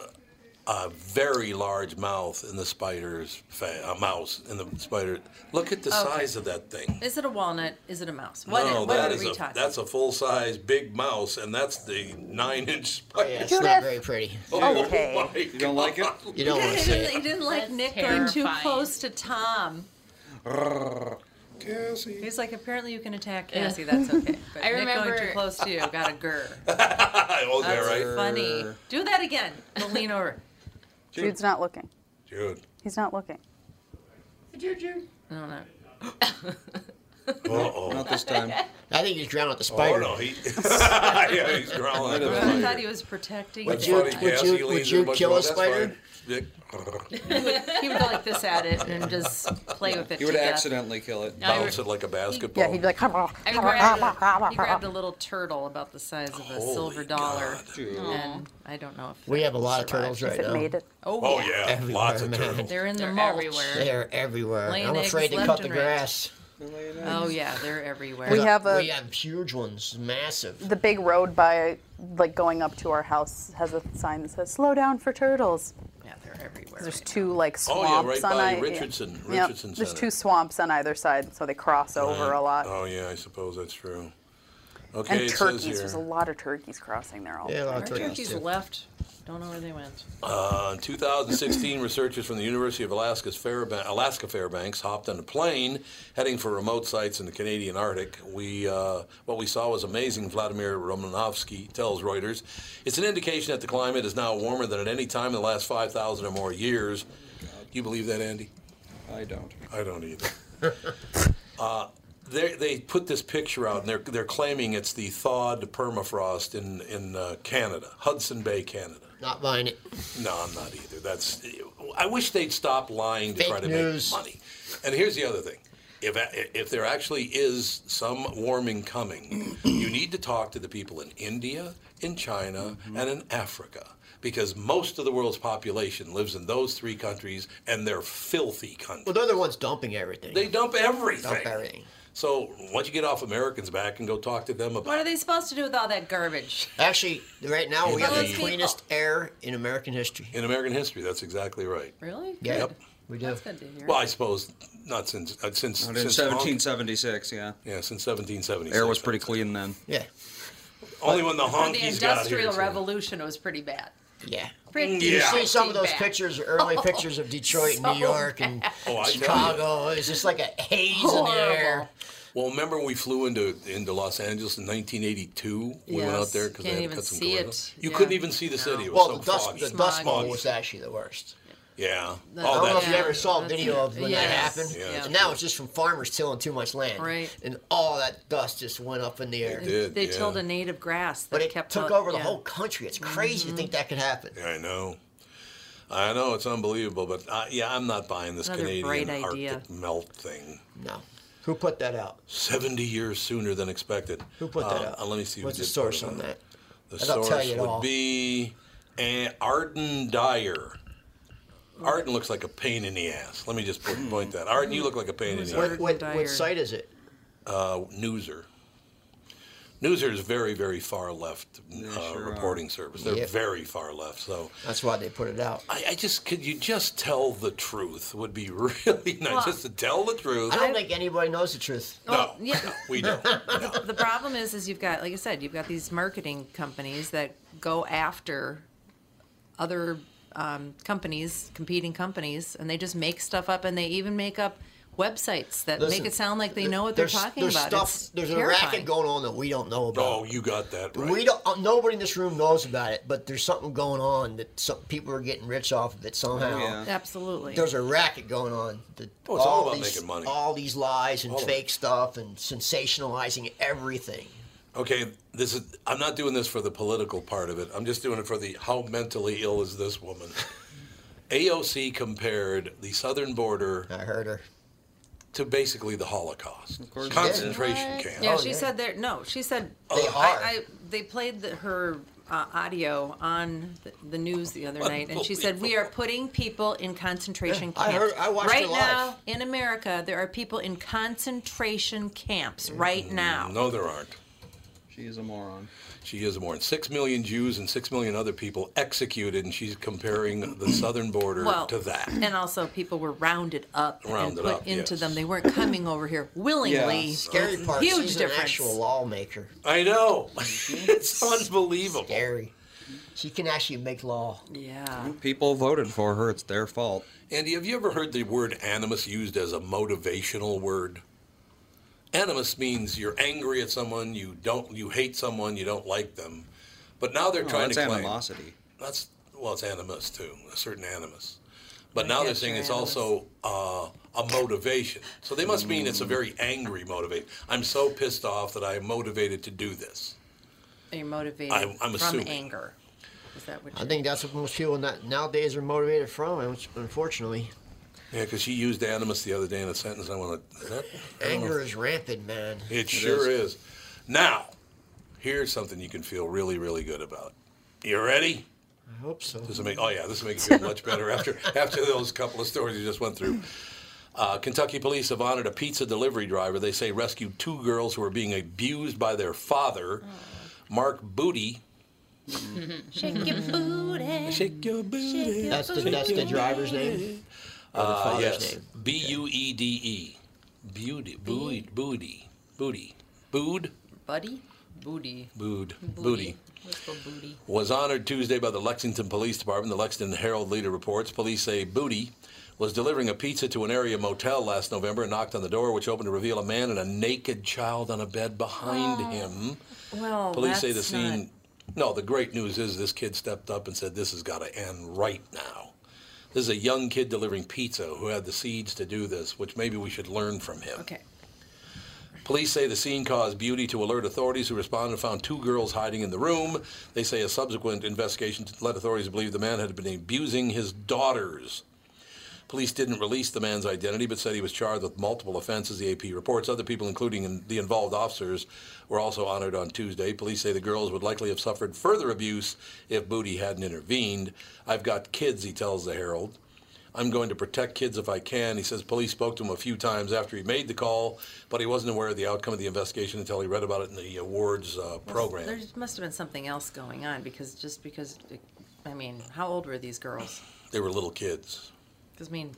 S1: a very large mouth in the spider's fa- a mouse in the spider. Look at the
S4: Okay.
S1: size of that thing.
S4: Is it a walnut? Is it a mouse? What,
S1: no,
S4: what
S1: that
S4: are
S1: is
S4: we
S1: a
S4: talking?
S1: that's a full size big mouse, and that's the nine inch spider.
S2: Oh, it's not Judith. very pretty.
S1: [LAUGHS] Oh,
S2: Okay.
S1: my
S2: You
S1: don't like it?
S2: You don't want to
S4: He
S2: see
S4: didn't,
S2: it.
S4: he didn't like Nick going too
S6: terrifying.
S4: close to Tom.
S1: Cassie.
S4: He's like, apparently you can attack
S6: Yeah.
S4: Cassie. That's [LAUGHS] okay. But
S6: I
S4: Nick going
S6: remember-
S4: too close to you got a grr.
S1: [LAUGHS] oh,
S4: That's
S1: there, right?
S4: funny. Do that again. We'll lean over.
S3: Jude's not looking.
S1: Jude.
S3: He's not looking.
S4: No, no.
S1: Uh-oh.
S7: Not this time.
S2: I think he's drowning at the spider.
S1: Oh,
S2: [LAUGHS]
S1: no, he, [LAUGHS] yeah, he's growling at the
S4: I
S1: spider.
S4: thought he was protecting
S2: Would
S4: you.
S2: you- would you- would you kill a spider?
S1: [LAUGHS]
S4: He would, he would go like this at it and just play with it.
S7: You would
S4: to death.
S7: accidentally kill it.
S4: I Bounce
S1: it like a basketball.
S3: Yeah, he'd be like,
S4: I grabbed, he grabbed a little turtle about the size of a
S2: Holy
S4: silver dollar,
S2: Dude.
S4: and I don't know if
S2: We have a lot of turtles right now.
S4: Oh,
S2: Oh,
S4: yeah.
S2: yeah. Everywhere, Lots of man. turtles.
S4: They're in the
S6: They're
S4: mulch.
S6: everywhere.
S2: They are everywhere.
S4: Laying
S2: I'm
S4: eggs
S2: afraid to
S4: left
S2: cut the
S4: and right.
S2: grass.
S4: Oh yeah, they're everywhere.
S3: We have a-
S2: we have huge ones, massive.
S3: The big road by, like, going up to our house has a sign that says, slow down for turtles.
S4: Yeah, they're everywhere.
S3: There's two, like,
S1: Oh, yeah,
S3: swamps
S1: right
S3: on
S1: by
S3: either
S1: Richardson-
S3: yeah.
S1: Richardson
S3: There's
S1: Center.
S3: two swamps on either side, so they cross over a lot.
S1: Oh, yeah, I suppose that's true. Okay,
S3: and
S1: it
S3: turkeys.
S1: says
S3: There's a
S1: here.
S3: lot of turkeys crossing there all the time.
S4: Our turkeys left. Don't know where they went.
S1: Uh, in 2016, researchers from the University of Alaska's Fairbank, Alaska Fairbanks hopped on a plane heading for remote sites in the Canadian Arctic. We, uh, what we saw was amazing, Vladimir Romanovsky tells Reuters. It's an indication that the climate is now warmer than at any time in the last 5,000 or more years. You believe that, Andy?
S7: I don't.
S1: I don't either. [LAUGHS] uh, they they put this picture out, and they're they're claiming it's the thawed permafrost in in uh, Canada, Hudson Bay, Canada.
S2: Not buying it.
S1: No, I'm not either. That's I wish they'd stop lying to
S2: Fake
S1: try to
S2: news.
S1: make money. And here's the other thing. If, if there actually is some warming coming, you need to talk to the people in India, in China, and in Africa, because most of the world's population lives in those three countries, and they're filthy countries.
S2: Well, they're the ones dumping everything.
S1: They dump everything.
S2: Dump everything.
S1: So once you get off Americans' back and go talk to them about
S4: What are they supposed to do with all that garbage?
S2: Actually, right now we
S1: Yeah,
S2: have the
S1: they-
S2: cleanest air in American history.
S1: in American history, that's exactly right.
S4: Really?
S2: Yeah.
S1: Yep.
S2: We do.
S4: That's good to hear.
S1: Well, I suppose not since uh, since,
S7: Not in
S1: since
S7: 1776, yeah.
S1: Yeah, since 1776.
S7: Air was pretty clean then.
S2: Yeah.
S1: Only when the
S4: For the
S1: honkies got here.
S4: Industrial Revolution it was pretty bad.
S2: Yeah.
S4: Pretty
S2: You see some of
S4: pretty
S2: those
S4: bad. Oh,
S2: pictures,
S4: [LAUGHS]
S2: early pictures of Detroit and
S4: So
S2: New York and
S1: Oh, I tell you.
S2: Chicago. It's just like a haze in the air.
S1: Well, remember when we flew into into Los Angeles in 1982? We went out
S2: Yes.
S1: there because
S2: Can't
S1: they had
S2: even
S1: to cut some
S2: see
S1: corners.
S2: it.
S1: You
S2: Yeah.
S1: couldn't even see the city. It was
S2: Well, the
S1: so
S2: dust,
S1: foggy.
S2: the dust bowl
S1: Foggy.
S2: was actually the worst.
S1: Yeah. Oh,
S2: I don't know if you
S1: yeah.
S2: ever saw a
S4: That's-
S2: video of when that
S4: Yes.
S2: happened.
S4: Yeah.
S2: And now it's just from farmers tilling too much land.
S4: Right.
S2: And all that dust just went up in the air.
S4: They tilled a native grass that
S2: But it
S4: kept
S2: took
S4: up-
S2: over the
S4: yeah. Mm-hmm.
S2: whole country. It's crazy to think that could happen.
S1: Yeah, I know. I know it's unbelievable, but I, yeah, I'm not buying this
S2: Another
S1: Canadian
S2: bright
S1: Arctic
S2: idea.
S1: melt thing.
S2: No. Who put that out?
S1: 70 years sooner than expected.
S2: Who put that
S1: Uh,
S2: out?
S1: uh, Let me see. who
S2: What's the
S1: did put
S2: source
S1: it
S2: on that?
S1: The
S2: And I'll
S1: source
S2: tell you it
S1: would
S2: all.
S1: be uh, Arden Dyer. Arden looks like a pain in the ass. Let me just po-
S2: Hmm.
S1: point that. Arden, you look like a pain in the ass.
S2: What, what, what site is it?
S1: Uh, Newser. Newser is very, very far left uh,
S2: sure are.
S1: reporting service. They're
S2: Yeah.
S1: very far left. So
S2: That's why they put it out.
S1: I, I just could you just tell the truth would be [LAUGHS] really nice.
S4: Well,
S1: just to tell the truth.
S2: I don't think anybody knows the truth.
S4: Oh,
S1: no,
S4: [LAUGHS] yeah.
S1: no, we don't.
S4: the problem is is you've got like i said you've got these marketing companies that go after other um, companies competing companies and they just make stuff up and they even make up websites that
S2: Listen,
S4: make it sound like they know what they're
S2: There's,
S4: talking
S2: there's
S4: about
S2: stuff.
S4: It's
S2: There's a
S4: terrifying.
S2: racket going on that we don't know about.
S1: Oh, you got that right.
S2: We don't. uh, Nobody in this room knows about it, but there's something going on that some people are getting rich off of it
S12: Oh,
S2: somehow.
S4: absolutely
S2: There's a racket going on. that
S1: Oh, it's all about
S2: these,
S1: making money.
S2: All these lies and
S1: All of it.
S2: fake stuff and sensationalizing everything.
S1: Okay, this is. I'm not doing this for the political part of it. I'm just doing it for the how mentally ill is this woman? AOC compared the southern border.
S2: I heard her.
S1: To basically the Holocaust, of
S7: course she did.
S1: concentration camp.
S4: Eh, Oh,
S1: Oh,
S4: yeah she said there no she said
S1: They
S4: I,
S1: are.
S4: I, they played the, her uh, audio on the, the news the other night and she said we are putting people in concentration
S2: Yeah, I
S4: camps
S2: heard- I watched her
S4: right
S2: live.
S4: now in
S1: Mm,
S4: america there are people in concentration camps right now
S1: No, there aren't.
S7: She is a moron.
S1: She is a moron. Six million Jews and six million other people executed, and she's comparing the southern border
S4: well,
S1: to that.
S4: and also people were rounded up and
S1: Rounded
S4: put
S1: up,
S4: into them. They weren't coming over here willingly.
S2: Scary
S4: It's a
S2: part.
S4: Huge
S2: she's
S4: difference.
S2: An actual lawmaker.
S1: I know. [LAUGHS]
S4: Mm-hmm.
S1: it's unbelievable.
S2: Scary. She can actually make law.
S1: Mm-hmm.
S4: Yeah.
S7: People voted for her. It's their fault.
S1: Andy, have you ever heard the word animus used as a motivational word? Animus means you're angry at someone, you don't, you hate someone, you don't like them. But now they're
S7: No,
S1: trying
S7: Oh, that's
S1: to claim
S7: animosity.
S1: That's well, it's animus too, a certain animus. But now
S7: Yeah,
S1: they're saying
S7: sure,
S1: it's also uh, a motivation. So they must mean it's a very angry motivation. I'm so pissed off that I'm motivated to do this.
S4: You're motivated
S1: I'm- I'm
S4: from
S1: assuming.
S4: anger. Is that what
S2: I think that's what most people not, nowadays are motivated from, which, unfortunately.
S1: Yeah, because she used animus the other day in a sentence. I want to. Is that, I don't know
S2: Anger
S1: if-
S2: is rampant, man.
S1: It, sure is. Now, here's something you can feel really, really good about. You ready?
S2: I hope so.
S1: This will make, oh yeah, this will make [LAUGHS] you feel much
S2: [LAUGHS]
S1: better after after those couple of stories you just went through. Uh, Kentucky police have honored a pizza delivery driver. They say rescued two girls who were being abused by their father, Mark Booty.
S6: Shake your booty.
S1: Shake your booty.
S2: That's the, that's the driver's name. Or the
S1: Uh,
S2: father's
S1: yes,
S2: name.
S1: B U E D E, beauty, booty, booty, booty, bood,
S4: buddy? Booty.
S1: bood, booty.
S6: Let's go booty.
S1: was honored Tuesday by the Lexington Police Department. The Lexington Herald Leader reports police say Booty was delivering a pizza to an area motel last November and knocked on the door, which opened to reveal a man and a naked child on a bed behind
S6: Ah.
S1: him.
S4: Well,
S1: police say the
S4: Oh, that's
S1: scene. No, the great news is this kid stepped up and said, This has got to end right now. This is a young kid delivering pizza who had the seeds to do this, which maybe we should learn from him.
S4: Okay.
S1: Police say the scene caused Beauty to alert authorities who responded and found two girls hiding in the room. They say a subsequent investigation led authorities to believe the man had been abusing his daughters. Police didn't release the man's identity, but said he was charged with multiple offenses, the AP reports. Other people, including in- the involved officers, were also honored on Tuesday. Police say the girls would likely have suffered further abuse if Booty hadn't intervened. I've got kids, he tells the Herald. I'm going to protect kids if I can. He says police spoke to him a few times after he made the call, but he wasn't aware of the outcome of the investigation until he read about it in the awards uh, program.
S4: There must have been something else going on because just because, I mean, how old were these girls?
S1: They were little kids.
S4: Because, I mean,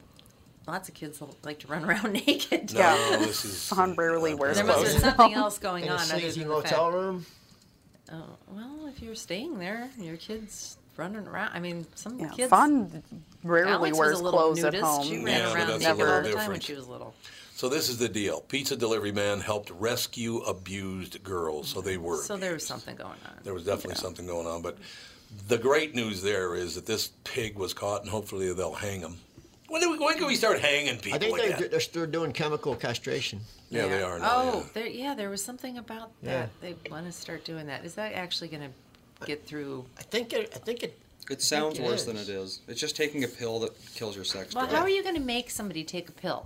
S4: lots of kids like to run [LAUGHS] around naked.
S1: No, Yeah.
S3: [LAUGHS]
S1: this is- uh,
S3: Hon rarely wears
S4: There must have
S3: clothes.
S4: been something else going
S2: In a
S4: on. other
S2: sleazy
S4: than the
S2: motel
S4: fact-
S2: room.
S4: Oh, well, if you're staying there, your kids running around. I mean, some
S3: Yeah,
S4: kids.
S3: Fawn rarely
S4: Alex was
S3: wears
S4: a little
S3: clothes at
S4: nudist.
S3: home.
S4: She ran
S1: Yeah, but
S4: around
S1: that's a
S4: naked
S1: little
S4: all the time when
S1: different.
S4: she was little.
S1: So this is the deal. Pizza delivery man helped rescue abused girls, so they were.
S4: So there was something going on.
S1: There was definitely something going on, but the great news there is that this pig was caught, and hopefully they'll hang him. When, do we, when can we start hanging people
S2: I think
S1: like
S2: they're,
S1: that?
S2: they're still doing chemical castration.
S1: Yeah, they are now.
S4: Oh, there, yeah, there was something about
S2: Yeah.
S4: that. They want to start doing that. Is that actually going to get through?
S2: I think it. I think it.
S7: It sounds
S4: it
S7: worse
S4: is.
S7: than it is. It's just taking a pill that kills your sex.
S4: Well,
S7: drive.
S4: how are you going to make somebody take a pill?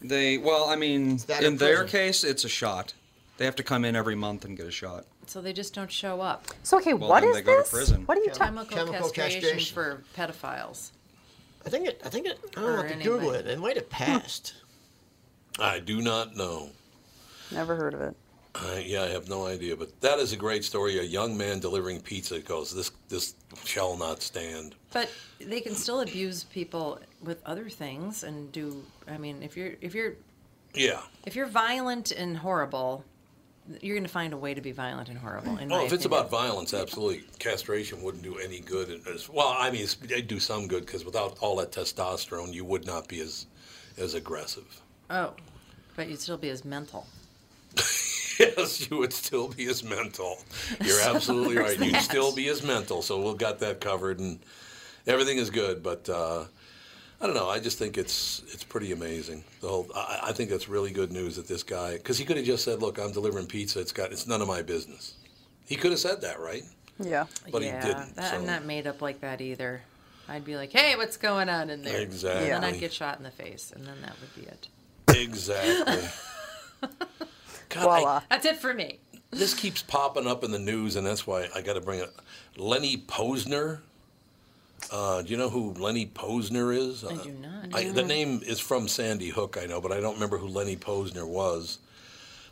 S7: They well, I mean,
S2: that
S7: in
S2: a
S7: their
S2: prison?
S7: case, it's a shot. They have to come in every month and get a shot.
S4: So they just don't show up.
S3: So okay,
S7: Well,
S3: what
S7: then
S3: is
S7: they go to
S3: this?
S7: prison.
S3: What are you talking?
S4: Chemical,
S2: chemical
S4: castration,
S2: castration.
S4: for pedophiles.
S2: I think it. I think it. I
S4: Or
S2: don't know. I have to Google it.
S4: Oh, anybody.
S2: It might
S1: [LAUGHS]
S2: have passed.
S1: I do not know.
S3: Never heard of it.
S1: I, yeah, I have no idea, but that is a great story. A young man delivering pizza goes, "This this shall not stand."
S4: But they can still abuse people with other things and do. I mean, if you're if you're
S1: Yeah.
S4: if you're violent and horrible, you're going to find a way to be violent and horrible. In
S1: Oh,
S4: my
S1: if it's
S4: opinion.
S1: about violence, absolutely, castration wouldn't do any good. It is- Well, I mean, it's- it'd do some good because without all that testosterone, you would not be as as aggressive.
S4: Oh, but you'd still be as mental.
S1: Yes, you would still be as mental. You're
S4: So
S1: absolutely
S4: there's
S1: right. You'd
S4: that.
S1: still be as mental. So we've got that covered, and everything is good. But uh, I don't know. I just think it's it's pretty amazing. The whole. I, I think that's really good news that this guy, because he could have just said, "Look, I'm delivering pizza. It's got. It's none of my business." He could have said that, right?
S3: Yeah.
S1: But he
S4: yeah,
S1: didn't,
S4: that-
S1: so-
S4: I'm not made up like that either. I'd be like, "Hey, what's going on in there?"
S1: Exactly.
S4: And then I'd get shot in the face, and then that would be it.
S1: Exactly.
S4: [LAUGHS]
S1: God, I-
S4: That's it for me.
S1: this keeps popping up in the news, and that's why I got to bring it. Lenny Posner. Uh, do you know who Lenny Posner is?
S4: I do not.
S1: I, the name is from Sandy Hook, I know, but I don't remember who Lenny Posner was.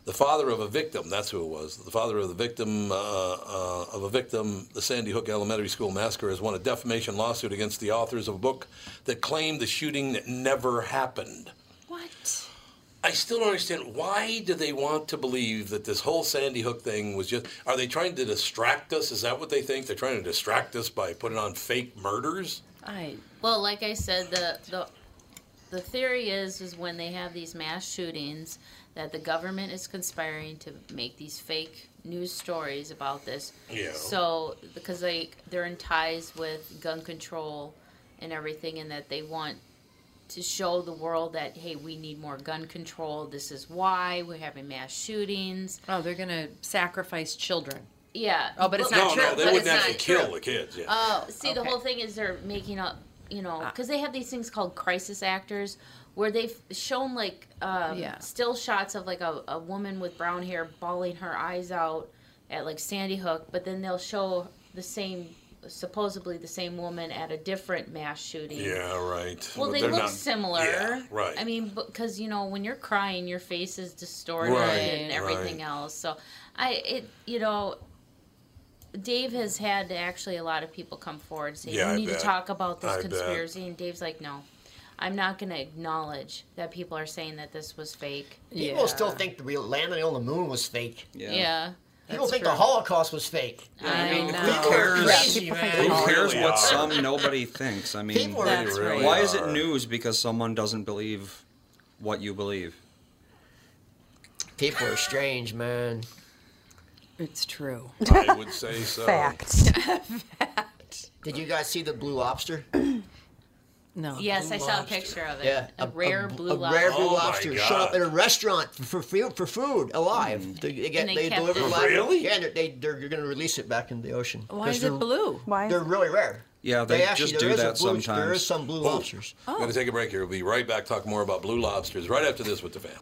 S1: the father of a victim, that's who it was, the father of the victim uh, uh, of a victim, the Sandy Hook Elementary School massacre, has won a defamation lawsuit against the authors of a book that claimed the shooting that never happened.
S6: What?
S1: I still don't understand why do they want to believe that this whole Sandy Hook thing was just are they trying to distract us? Is that what they think? They're trying to distract us by putting on fake murders?
S6: I well, like I said, the the the theory is is when they have these mass shootings that the government is conspiring to make these fake news stories about this.
S13: Yeah.
S6: So because they they're in ties with gun control and everything, and that they want to show the world that hey, we need more gun control. This is why we're having mass shootings.
S4: Oh, they're gonna sacrifice children.
S6: Yeah.
S4: Oh, but it's
S1: no,
S4: not true.
S1: no, they
S4: but
S1: wouldn't
S4: it's
S1: actually
S4: not
S1: kill
S4: true.
S1: the kids. Yeah.
S6: Oh, see, the whole thing is they're making up, you know, because they have these things called crisis actors where they've shown like um,
S4: Yeah.
S6: still shots of like a, a woman with brown hair bawling her eyes out at like Sandy Hook, but then they'll show the same, supposedly the same woman at a different mass shooting.
S1: yeah, right.
S6: Well,
S1: But
S6: they
S1: they're
S6: look
S1: not-
S6: similar.
S1: Yeah, right.
S6: I mean, because you know, when you're crying, your face is distorted
S1: Right,
S6: and everything
S1: right.
S6: else. So, I it you know, Dave has had actually a lot of people come forward and say
S13: Yeah,
S6: you
S13: I
S6: need
S13: bet.
S6: to talk about this
S13: I bet.
S6: conspiracy, and Dave's like, no, I'm not going to acknowledge that people are saying that this was fake.
S2: People still think the real landing on the moon was fake.
S6: Yeah. Yeah.
S2: People
S6: That's
S2: think the
S6: true.
S2: Holocaust was fake.
S6: I
S2: mean,
S6: know.
S2: Who cares?
S6: Yeah,
S2: Crazy,
S6: people
S2: man.
S6: think
S7: Who cares
S2: Really
S7: what
S2: are.
S7: some nobody thinks? I mean,
S2: People are- That's
S7: why
S2: right.
S7: is it
S2: are.
S7: news because someone doesn't believe what you believe?
S2: People are strange, man.
S4: It's true.
S1: I would
S2: [LAUGHS]
S1: say
S4: [LAUGHS]
S1: so.
S6: [LAUGHS]
S2: Fact. Did you guys see the blue lobster?
S4: No.
S6: Yes, I saw a picture of it.
S2: Yeah,
S6: a, rare
S2: bl-
S6: blue
S2: a
S6: lobster. Oh
S2: rare blue lobster shut up in a restaurant for for, fu- for food alive. They, they get
S6: Mm. And they
S2: they,
S6: kept
S2: deliver
S6: it.
S2: live.
S6: Really?
S2: Yeah, and they're- they they're, they're going to release it back into the ocean.
S4: Why
S2: 'Cause
S4: is it
S2: they're-
S4: blue? Why?
S2: They're really rare.
S7: Yeah,
S2: They actually- there is a blue- There is some blue
S1: Oh,
S2: lobsters.
S1: We're going to take a break here. We'll be right back. Talk more about blue lobsters right after this with the fam.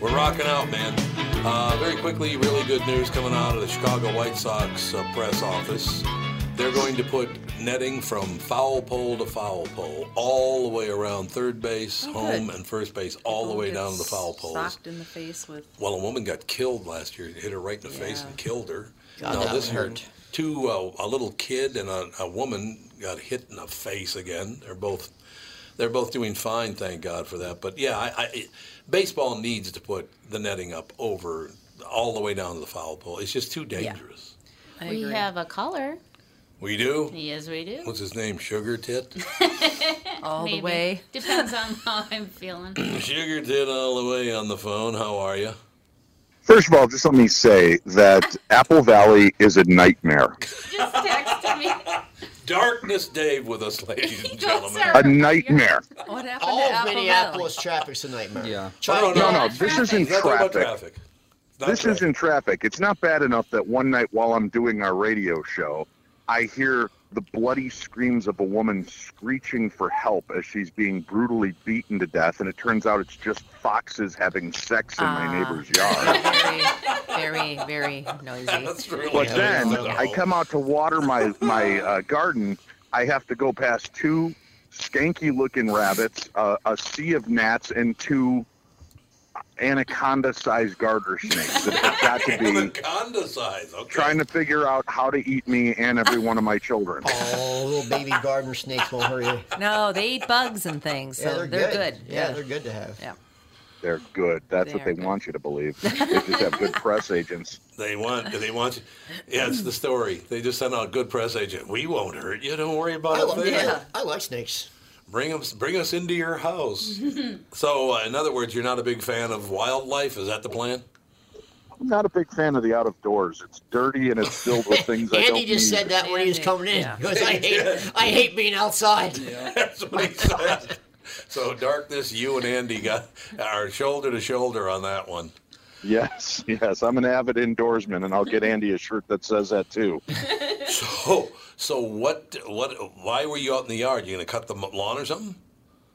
S1: We're rocking out, man. Uh, very quickly, really good news coming out of the Chicago White Sox uh, press office. They're going to put netting from foul pole to foul pole, all the way around third base,
S4: Oh,
S1: home,
S4: good.
S1: and first base, all the way
S4: People
S1: down to
S4: get
S1: the foul poles.
S4: Socked in the face with.
S1: Well, a woman got killed last year. Hit her right in the face and killed her.
S4: God,
S1: now
S4: that
S1: this year,
S4: hurt.
S1: two uh, a little kid and a, a woman got hit in the face again. They're both they're both doing fine, thank God for that. But yeah, I, I, it- baseball needs to put the netting up over all the way down to the foul pole. It's just too dangerous.
S6: we
S4: agree.
S6: have a caller.
S1: We do.
S6: Yes, we do.
S1: What's his name? Sugar
S4: [CLEARS THROAT]
S1: Tit.
S4: All the
S6: Maybe.
S4: way.
S6: Depends on how I'm feeling.
S1: Sugar Tit all the way on the phone. How are you?
S14: First of all, just let me say that Apple Valley is a nightmare.
S6: Just text me.
S1: [LAUGHS] Darkness Dave with us, ladies and gentlemen. [LAUGHS]
S14: A nightmare.
S4: What happened
S2: All
S4: to
S2: of
S4: Apple
S2: Minneapolis traffic's a nightmare.
S12: Yeah.
S2: Try
S1: No,
S2: to
S14: No,
S2: get-
S14: no, this isn't
S1: Nothing about
S14: traffic. This is in traffic. It's not bad enough that one night while I'm doing our radio show, I hear the bloody screams of a woman screeching for help as she's being brutally beaten to death, and it turns out it's just foxes having sex in
S4: Ah.
S14: my neighbor's yard.
S4: uh, [LAUGHS] Very, very
S1: [LAUGHS]
S4: noisy. That's
S14: But then I come out to water my my uh, garden. I have to go past two skanky-looking rabbits, uh, a sea of gnats, and two anaconda-sized garter snakes that have got to be
S1: Anaconda size. Okay.
S14: trying to figure out how to eat me and every one of my children.
S2: [LAUGHS] Oh, little baby gardener snakes won't hurt you.
S4: No, they eat bugs and things, so
S2: Yeah,
S4: they're,
S2: they're
S4: good.
S2: good. Yeah, they're good to have.
S4: Yeah.
S14: They're good. That's
S4: They
S14: what
S4: are
S14: they want you to believe. They just have good press agents.
S1: They want. They want. you- Yeah, it's the story. They just sent out good press agent. We won't hurt you. Don't worry about
S2: I
S1: it.
S2: love
S1: thing.
S2: yeah. I like snakes.
S1: Bring us. Bring us into your
S2: [LAUGHS]
S1: house. so, uh, in other words, you're not a big fan of wildlife. Is that the plan? [LAUGHS]
S14: I'm not a big fan of the out of doors. It's dirty and it's filled with things I don't
S2: Andy just
S14: need.
S2: said that when he was coming in.
S1: Yeah.
S2: He goes, I
S1: Yeah.
S2: hate, I hate being outside. [LAUGHS]
S1: That's what he said. So, darkness. You and Andy got are shoulder to shoulder on that one.
S2: [LAUGHS]
S14: Yes, [LAUGHS] yes. I'm an avid indoorsman, and I'll get Andy a shirt that says that too.
S1: So, so what? What? Why were you out in the yard? You gonna cut the lawn or something?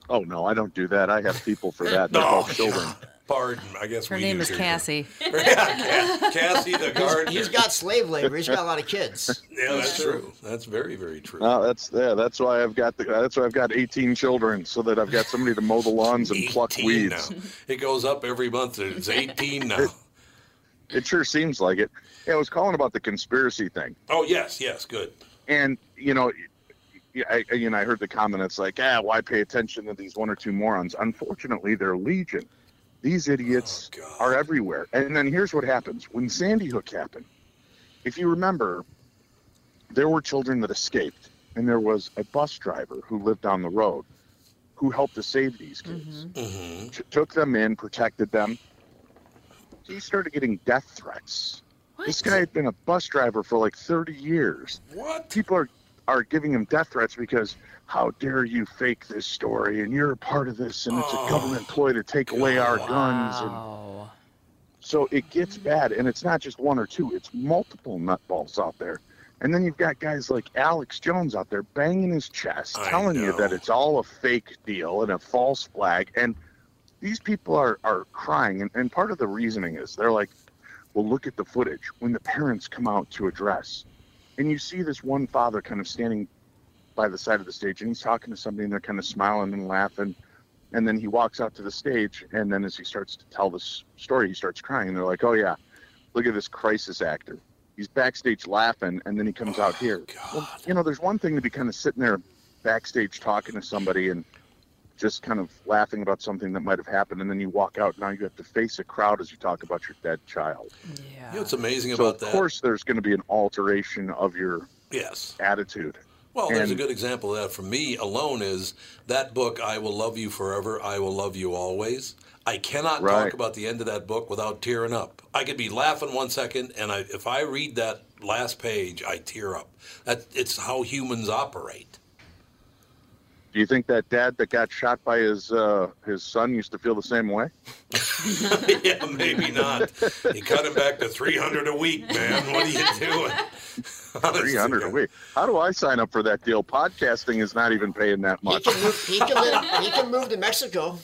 S14: Oh no, I don't do that. I have people for that. They're called children.
S1: Pardon. I guess
S4: Her
S1: we
S4: name
S1: do
S4: is
S2: [LAUGHS]
S1: too.
S4: Cassie.
S1: [LAUGHS] Cassie
S4: [LAUGHS]
S1: the gardener.
S2: He's got slave labor. He's got a lot of kids.
S1: Yeah, that's true. That's very, very true.
S14: No, that's yeah. That's why I've got the, that's why I've got 18 children, so that I've got somebody to mow the lawns and pluck
S1: 18
S14: weeds.
S1: now. It goes up every month. It's 18
S14: [LAUGHS]
S1: now.
S14: It sure seems like it. Yeah, I was calling about the conspiracy thing,
S1: Oh yes, yes, good.
S14: and you know, y- I, I- you know, I heard the comment. It's like, ah, why pay attention to these one or two morons? Unfortunately, they're legion. These idiots are everywhere. And then here's what happens when Sandy Hook happened. If you remember, there were children that escaped, and there was a bus driver who lived down the road who helped to save these kids, T- took them in, protected them. He started getting death threats. This guy had been a bus driver for like 30 years.
S1: What?
S14: People are, are giving him death threats because how dare you fake this story and you're a part of this and it's a government ploy to take away our guns. And so it gets bad, and it's not just one or two, it's multiple nutballs out there. And then you've got guys like Alex Jones out there banging his chest, telling you that it's all a fake deal and a false flag. And these people are, are crying. And, and part of the reasoning is they're like, well, look at the footage when the parents come out to address. And you see this one father kind of standing by the side of the stage and he's talking to somebody and they're kind of smiling and laughing. And then he walks out to the stage. And then as he starts to tell this story, he starts crying. And they're like, oh, yeah, look at this crisis actor. He's backstage laughing. And then he comes out here. Well, you know, there's one thing to be kind of sitting there backstage talking to somebody and just kind of laughing about something that might have happened. And then you walk out. Now you have to face a crowd as you talk about your dead child.
S1: You know what's amazing
S14: So
S1: about
S14: of
S1: that?
S14: course, there's going to be an alteration of your
S1: Yes.
S14: attitude.
S1: Well, there's a
S14: And-
S1: good example of that for me alone is that book, I Will Love You Forever, I Will Love You Always. I cannot
S14: Right.
S1: talk about the end of that book without tearing up. I could be laughing one second, and I, if I read that last page, I tear up. That, it's how humans operate. [LAUGHS]
S14: Do you think that dad that got shot by his uh, his son used to feel the same
S1: [LAUGHS]
S14: way?
S1: yeah, maybe not. You cut him back to 300 a week, man. What are you doing?
S14: Three hundred a week. How do I sign up for that deal? Podcasting is not even paying that much.
S2: He can live. He can move to Mexico.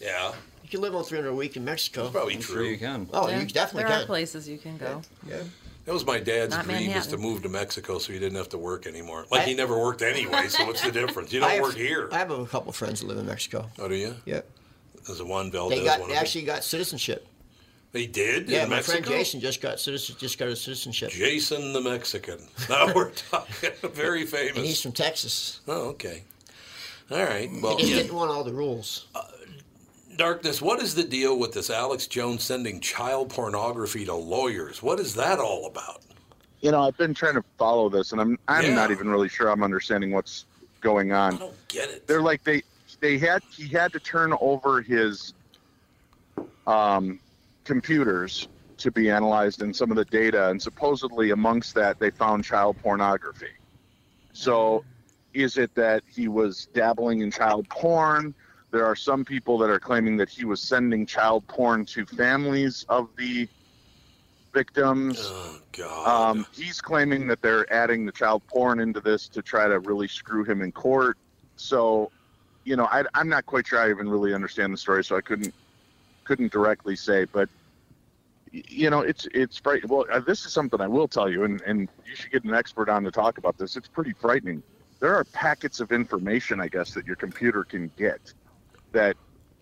S1: Yeah.
S2: He can live on 300 a week in Mexico.
S1: probably I'm sure true. you
S12: can.
S2: Oh,
S4: Yeah,
S2: you definitely
S4: There
S2: can.
S4: are places you can go.
S2: Yeah.
S1: That was my dad's
S4: Not
S1: dream was
S4: Manhattan.
S1: to move to Mexico so he didn't have to work anymore. Like he never worked anyway, so what's the difference? You
S2: [LAUGHS]
S1: don't
S2: I have-
S1: work here.
S2: I have a couple friends that live in Mexico.
S1: Oh, do you? Oh,
S2: Yeah.
S1: There's a one Valdez
S2: They got.
S1: one.
S2: They
S1: of them.
S2: actually got citizenship.
S1: They did
S2: Yeah,
S1: in
S2: my
S1: Mexico.
S2: friend Jason just got citizen just got his citizenship.
S1: Jason the Mexican. Now [LAUGHS] we're talking very famous.
S2: And he's from Texas.
S1: Oh, okay. All right.
S2: He
S1: Well, Uh,
S2: just didn't want all the rules.
S1: darkness. What is the deal with this Alex Jones sending child pornography to lawyers? What is that all about?
S14: You know, I've been trying to follow this, and I'm I'm
S1: Yeah.
S14: not even really sure I'm understanding what's going on.
S1: I don't get it.
S14: They're like they they had he had to turn over his um, computers to be analyzed and some of the data, and supposedly amongst that they found child pornography. So, is it that he was dabbling in child porn? There are some people that are claiming that he was sending child porn to families of the victims. Oh,
S1: God.
S14: Um, he's claiming that they're adding the child porn into this to try to really screw him in court. So, you know, I, I'm not quite sure I even really understand the story, so I couldn't couldn't directly say, but y- you know, it's it's frightening. Well, uh, this is something I will tell you, and and you should get an expert on to talk about this. It's pretty frightening. There are packets of information, I guess, that your computer can get. That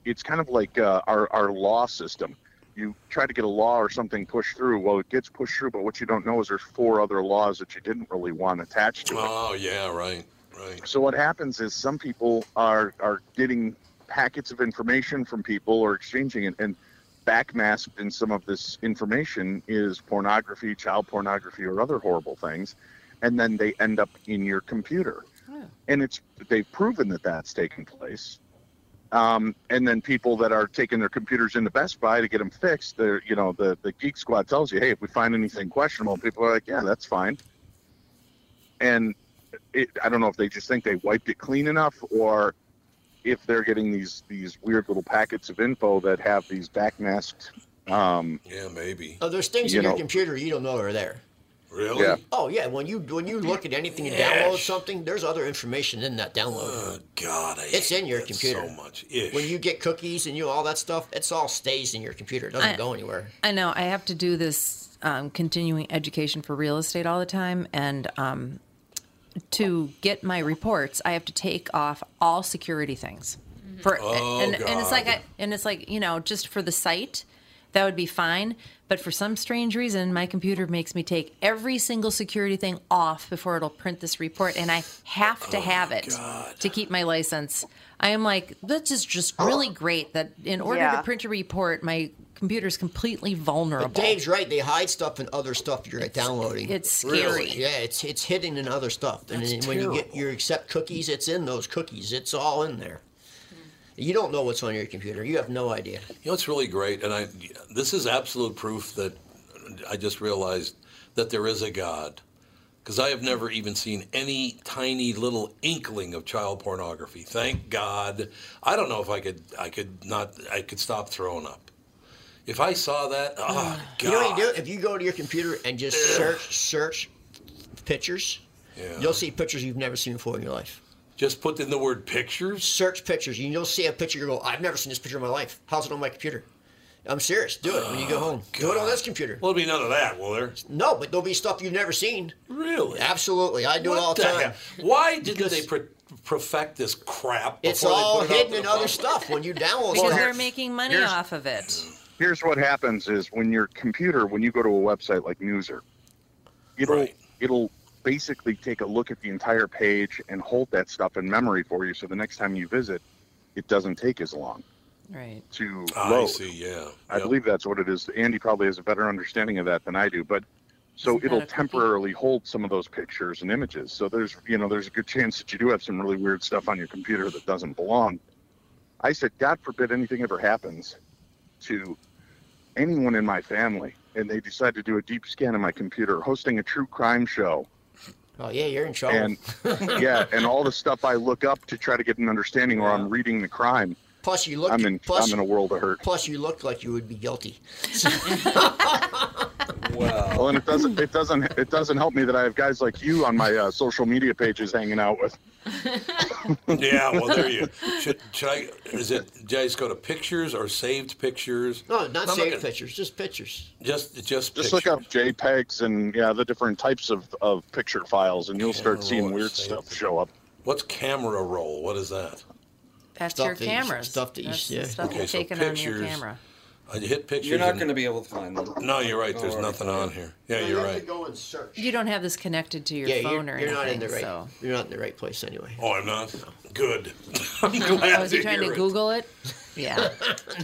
S14: it's kind of like uh, our our law system. You try to get a law or something pushed through. Well, it gets pushed through, but what you don't know is there's four other laws that you didn't really want attached to it.
S1: Oh yeah, right, right.
S14: So what happens is some people are are getting packets of information from people or exchanging it, and backmasked in some of this information is pornography, child pornography, or other horrible things, and then they end up in your computer. And it's they've proven that that's taken place. Um, and then people that are taking their computers into Best Buy to get them fixed, they're, you know, the, the Geek Squad tells you, hey, if we find anything questionable, and people are like, yeah, that's fine. And it, I don't know if they just think they wiped it clean enough or if they're getting these, these weird little packets of info that have these backmasked. Um,
S1: yeah, maybe.
S2: Oh, there's things
S14: You
S2: in your
S14: know.
S2: computer you don't know are there.
S1: Really?
S14: Yeah.
S2: Oh yeah, when you when you look at anything and download something, there's other information in that download. Oh
S1: God,
S2: it's in your computer so
S1: much.
S2: When you get cookies and you know, all that stuff, it's all stays in your computer. It doesn't
S4: I-
S2: go anywhere.
S4: I know I have to do this um, continuing education for real estate all the time, and um, to get my reports, I have to take off all security things. For
S6: Oh,
S4: and, and it's like
S6: God.
S4: I, and it's like you know just for the site, that would be fine. But for some strange reason, my computer makes me take every single security thing off before it'll print this report, and I have
S6: Oh,
S4: to have it to keep my license. I am like, this is just
S6: Oh.
S4: really great that in order
S2: Yeah.
S4: to print a report, my computer's completely vulnerable.
S2: But Dave's right; they hide stuff in other stuff you're downloading.
S4: it's scary. Really?
S2: Yeah, it's it's hidden in other stuff, and
S4: That's
S2: then when you get you accept cookies, it's in those cookies. It's all in there. You don't know what's on your computer. You have no idea.
S1: You know, it's really great, and I this is absolute proof that I just realized that there is a God, because I have never even seen any tiny little inkling of child pornography. Thank God. I don't know if I could. I could not. I could stop throwing up. If I saw that, oh
S2: [SIGHS]
S1: God.
S2: You know what you do? If you go to your computer and just search search pictures,
S1: Yeah.
S2: you'll see pictures you've never seen before in your life.
S1: Just put in the word pictures.
S2: Search pictures, and you'll see a picture. You go, I've never seen this picture in my life. How's it on my computer? I'm serious. Do it when you go home. Do it on this computer.
S1: Oh, Well, there'll be none of that, will there?
S2: No, but there'll be stuff you've never seen.
S1: Really?
S2: Absolutely. I do
S1: What
S2: it all the time.
S1: heck?
S2: [LAUGHS]
S1: Why didn't they pro- perfect this crap?
S2: It's
S1: before they
S2: all
S1: put it out
S2: hidden
S1: to the
S2: in other
S1: public?
S2: stuff when you download
S4: because
S2: stuff.
S4: they're making money
S2: here's-
S4: off of it.
S14: here's what happens is when your computer when you go to a website like newser it'll it'll basically take a look at the entire page and hold that stuff in memory for you so the next time you visit it doesn't take as long
S4: Right.
S14: to
S1: Ah, I
S14: load
S1: see. Yeah.
S14: I believe that's what it is andy probably has a better understanding of that than i do but so
S1: Isn't that
S14: it'll
S1: a cookie?
S14: temporarily hold some of those pictures and images so there's you know there's a good chance that you do have some really weird stuff on your computer that doesn't belong i said god forbid anything ever happens to anyone in my family and they decide to do a deep scan of my computer hosting a true crime show
S2: Oh yeah, you're in trouble.
S14: and [LAUGHS] yeah and all the stuff i look up to try to get an understanding or i'm reading the crime
S2: plus you look
S14: i'm in
S2: plus-
S14: i'm in a world of hurt
S2: Plus, you look like you would be
S14: [LAUGHS]
S2: guilty.
S14: Well, and it doesn't it doesn't it doesn't help me that I have guys like you on my uh, social media pages hanging out with.
S1: [LAUGHS] yeah. Well, there you.
S14: [LAUGHS]
S1: Should, should I? Is it? Did I just go to pictures or saved pictures?
S2: [LAUGHS] No, not
S1: I'm
S2: saved
S1: gonna-
S2: pictures, just pictures.
S1: Just just
S14: Just
S1: pictures.
S14: look up JPEGs and yeah, the different types of, of picture files, and you'll start
S1: Camera
S14: seeing
S1: roll,
S14: weird
S1: save.
S14: stuff show up.
S1: What's camera roll? What is that?
S4: That's
S2: Stuff
S4: your
S2: that you-
S4: cameras.
S2: stuff that you-
S4: That's the
S2: yeah.
S4: stuff
S1: Okay,
S4: that's
S1: so
S4: taken on your
S1: pictures-
S4: camera.
S1: I hit pictures.
S7: You're not
S1: and-
S7: going to be able to find them.
S1: No, you're right. There's
S7: Don't worry.
S1: nothing on here. Yeah, you're right.
S2: go and search.
S4: You don't have this connected to your
S2: yeah,
S4: phone
S2: you're,
S4: or
S2: you're
S4: anything.
S2: not in the right. [LAUGHS]
S4: So.
S2: You're not in the right place anyway.
S1: Oh, I'm not. Good. I'm [LAUGHS] glad
S4: Oh, is he
S1: to
S4: trying
S1: hear
S4: to
S1: it.
S4: Google it?
S2: [LAUGHS]
S4: Yeah.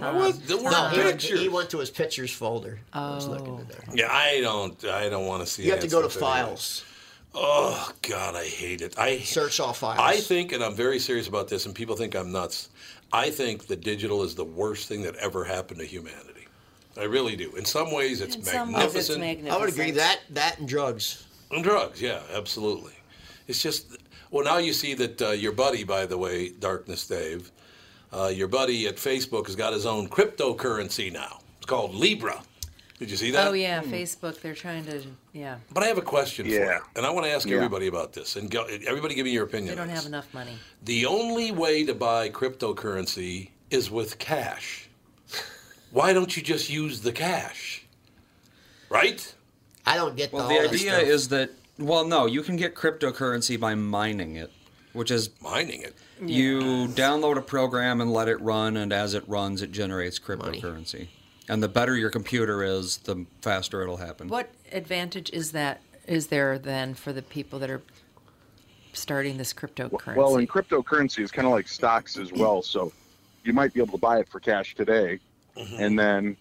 S1: I was- there were
S2: Um, no, he went, to,
S1: pictures.
S2: he went to his pictures folder. I
S4: Oh.
S2: was looking at that.
S1: Yeah, I don't. I don't want to see.
S2: You have to
S1: that
S2: go to
S1: stuff anyway.
S2: files.
S1: Oh God, I hate it. I
S2: search all files.
S1: I think, and I'm very serious about this, and people think I'm nuts. I think that digital is the worst thing that ever happened to humanity. I really do. In some ways, it's magnificent.
S2: I would agree that that and drugs.
S1: And drugs, yeah, absolutely. It's just, well, now you see that uh, your buddy, by the way, Darkness Dave, uh, your buddy at Facebook has got his own cryptocurrency now. It's called Libra. Did you see that? Hmm.
S4: Oh yeah, Facebook. They're trying to. Yeah.
S1: But I have a question for you, and I want to ask
S4: Yeah.
S1: everybody about this. And go, everybody, give me your opinion.
S4: They
S1: on
S4: don't
S1: this.
S4: have enough money.
S1: The only way to buy cryptocurrency is with cash. Why don't you just use the cash? Right?
S2: I don't get
S7: Well, the idea is that well, no, you can get cryptocurrency by mining it, which is
S1: mining it.
S7: You download a program and let it run, and as it runs, it generates cryptocurrency. And the better your computer is, the faster it'll happen.
S4: What advantage is that? Is there then for the people that are starting this cryptocurrency?
S14: Well, and cryptocurrency is kind of like stocks as well. So you might be able to buy it for cash today, and then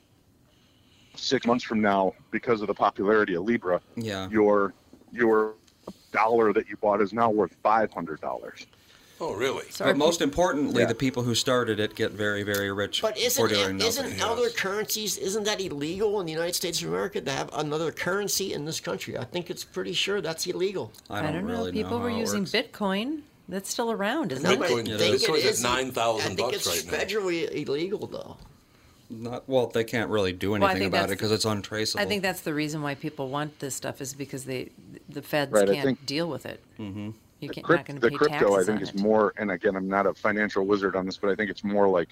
S14: six months from now, because of the popularity of Libra,
S7: yeah.
S14: your your dollar that you bought is now worth five hundred dollars.
S1: Oh, really?
S7: but most importantly, the people who started it get very, very rich
S2: But
S7: for
S2: isn't
S7: doing nothing.
S2: isn't other currencies isn't that illegal in the United States of America to have another currency in this country? I think it's pretty sure that's illegal.
S4: I don't, know. people were using Bitcoin. That's still around, isn't
S1: Bitcoin-
S4: it?
S1: Bitcoin's at
S2: I
S1: $9,000
S2: think
S1: bucks
S2: it's
S1: right now.
S2: federally illegal though.
S7: Not, well, they can't really do
S4: Well, I
S7: anything
S4: think
S7: about
S4: that's-
S7: it because it's untraceable.
S4: I think that's the reason why people want this stuff is because they the feds
S14: Right, I
S4: can't
S14: think-
S4: deal with it. Mm-hmm. You can't
S14: Crypt-
S4: not going to
S14: the
S4: pay
S14: crypto, I
S4: taxes
S14: think,
S4: on
S14: is
S4: it.
S14: more. And again, I'm not a financial wizard on this, but I think it's more like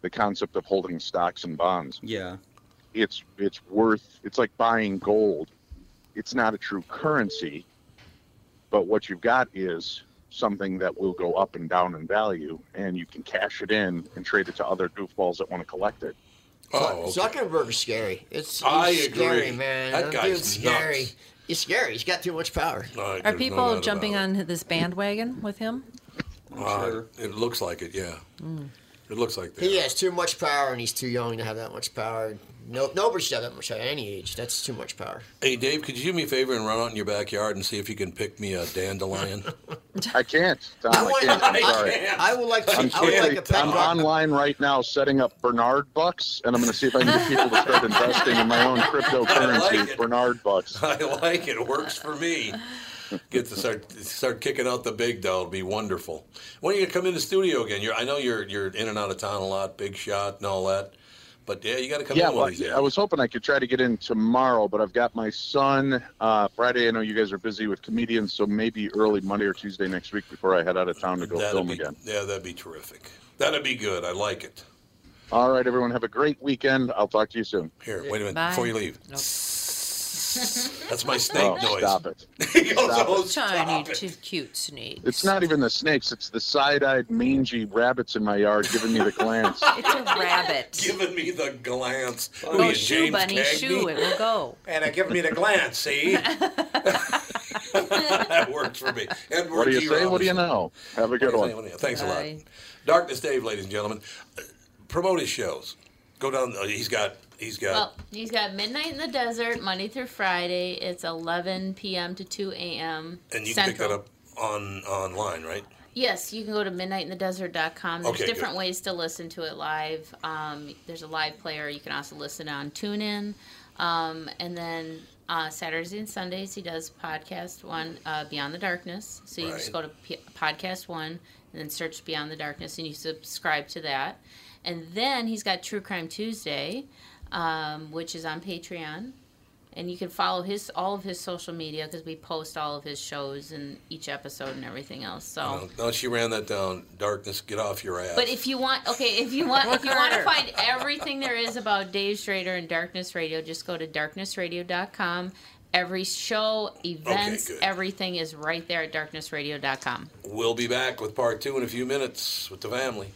S14: the concept of holding stocks and bonds.
S7: Yeah.
S14: It's it's worth. It's like buying gold. It's not a true currency, but what you've got is something that will go up and down in value, and you can cash it in and trade it to other goofballs that want to collect it.
S2: Oh, Zuckerberg's scary. It's
S14: I
S2: he's scary,
S14: agree.
S2: man.
S14: That guy's
S2: dude's scary.
S14: nuts.
S2: He's scary. He's got too much power.
S4: Are people jumping on this bandwagon with him?
S1: Uh, It looks like it, yeah.
S4: Hmm.
S1: It looks like that.
S2: He has too much power, and he's too young to have that much power. No, nobody should have that much at any age. That's too much power.
S1: Hey, Dave, could you do me a favor and run out in your backyard and see if you can pick me a dandelion?
S14: [LAUGHS] I can't. Tom, I,
S1: [LAUGHS]
S14: can't. I'm sorry.
S2: I would like to.
S14: I'm,
S2: I would
S14: totally-
S2: like a pet
S14: I'm
S2: rock.
S14: online right now setting up Bernard bucks, and I'm going to see if I can get people
S2: [LAUGHS]
S14: to start investing in my own cryptocurrency, Bernard bucks.
S1: I like it. It works for me. Get to start start kicking out the big dough. It'll be wonderful. When are you gonna come in the studio again? You're, I know you're you're in and out of town a lot, big shot and all that. But yeah, you got to come
S14: yeah,
S1: in
S14: well,
S1: one of these days.
S14: I was hoping I could try to get in tomorrow, but I've got my son uh, Friday. I know you guys are busy with comedians, so maybe early Monday or Tuesday next week before I head out of town to go
S1: That'd
S14: film
S1: be-
S14: again.
S1: Yeah, that'd be terrific. That'd be good. I like it.
S14: All right, everyone, have a great weekend. I'll talk to you soon.
S1: Here, wait a minute before you leave. That's my snake
S14: Oh,
S1: noise.
S14: stop it.
S1: [LAUGHS] He goes,
S14: Stop
S1: "Oh,
S4: Tiny, too cute snake.
S14: It's not even the snakes; it's the side-eyed, mangy rabbits in my yard giving me the
S1: [LAUGHS]
S14: glance.
S4: It's a rabbit.
S1: giving me the glance. Who
S4: Go
S1: you,
S4: shoo,
S1: James
S4: bunny,
S1: Cagney?
S4: shoo, it will go.
S1: And it giving me the glance,
S4: [LAUGHS]
S1: see? [LAUGHS] that works for me. Edward
S14: what do you
S1: G.
S14: say? What do you know? Have a good
S1: Robinson.
S14: one.
S1: Thanks a lot. Darkness Dave, ladies and gentlemen. Uh, Promote his shows. Go down. uh, He's got. He's got.
S6: Well, he's got Midnight in the Desert, Monday through Friday. It's 11 p.m. to 2 a.m.
S1: and you can pick
S6: Central.
S1: that up on online, right?
S6: Yes, you can go to midnightinthedesert.com. There's
S1: Okay, good.
S6: different ways to listen to it live. Um, there's a live player. You can also listen on TuneIn. Um, and then uh, Saturdays and Sundays, he does podcast one, uh, Beyond the Darkness. So you just go
S13: Right.
S6: to P- podcast one and then search Beyond the Darkness and you subscribe to that. And then he's got True Crime Tuesday, um, which is on Patreon and you can follow his all of his social media because we post all of his shows and each episode and everything else. So,
S1: No, no, she ran that down. Darkness, get off your ass.
S6: but if you want, okay, if you want, if you
S4: Work
S6: want to
S4: harder.
S6: find everything there is about Dave Strader and Darkness Radio, just go to darknessradio.com. Every show, events,
S1: good.
S6: everything is right there at darknessradio.com.
S1: we'll be back with part two in a few minutes with the family.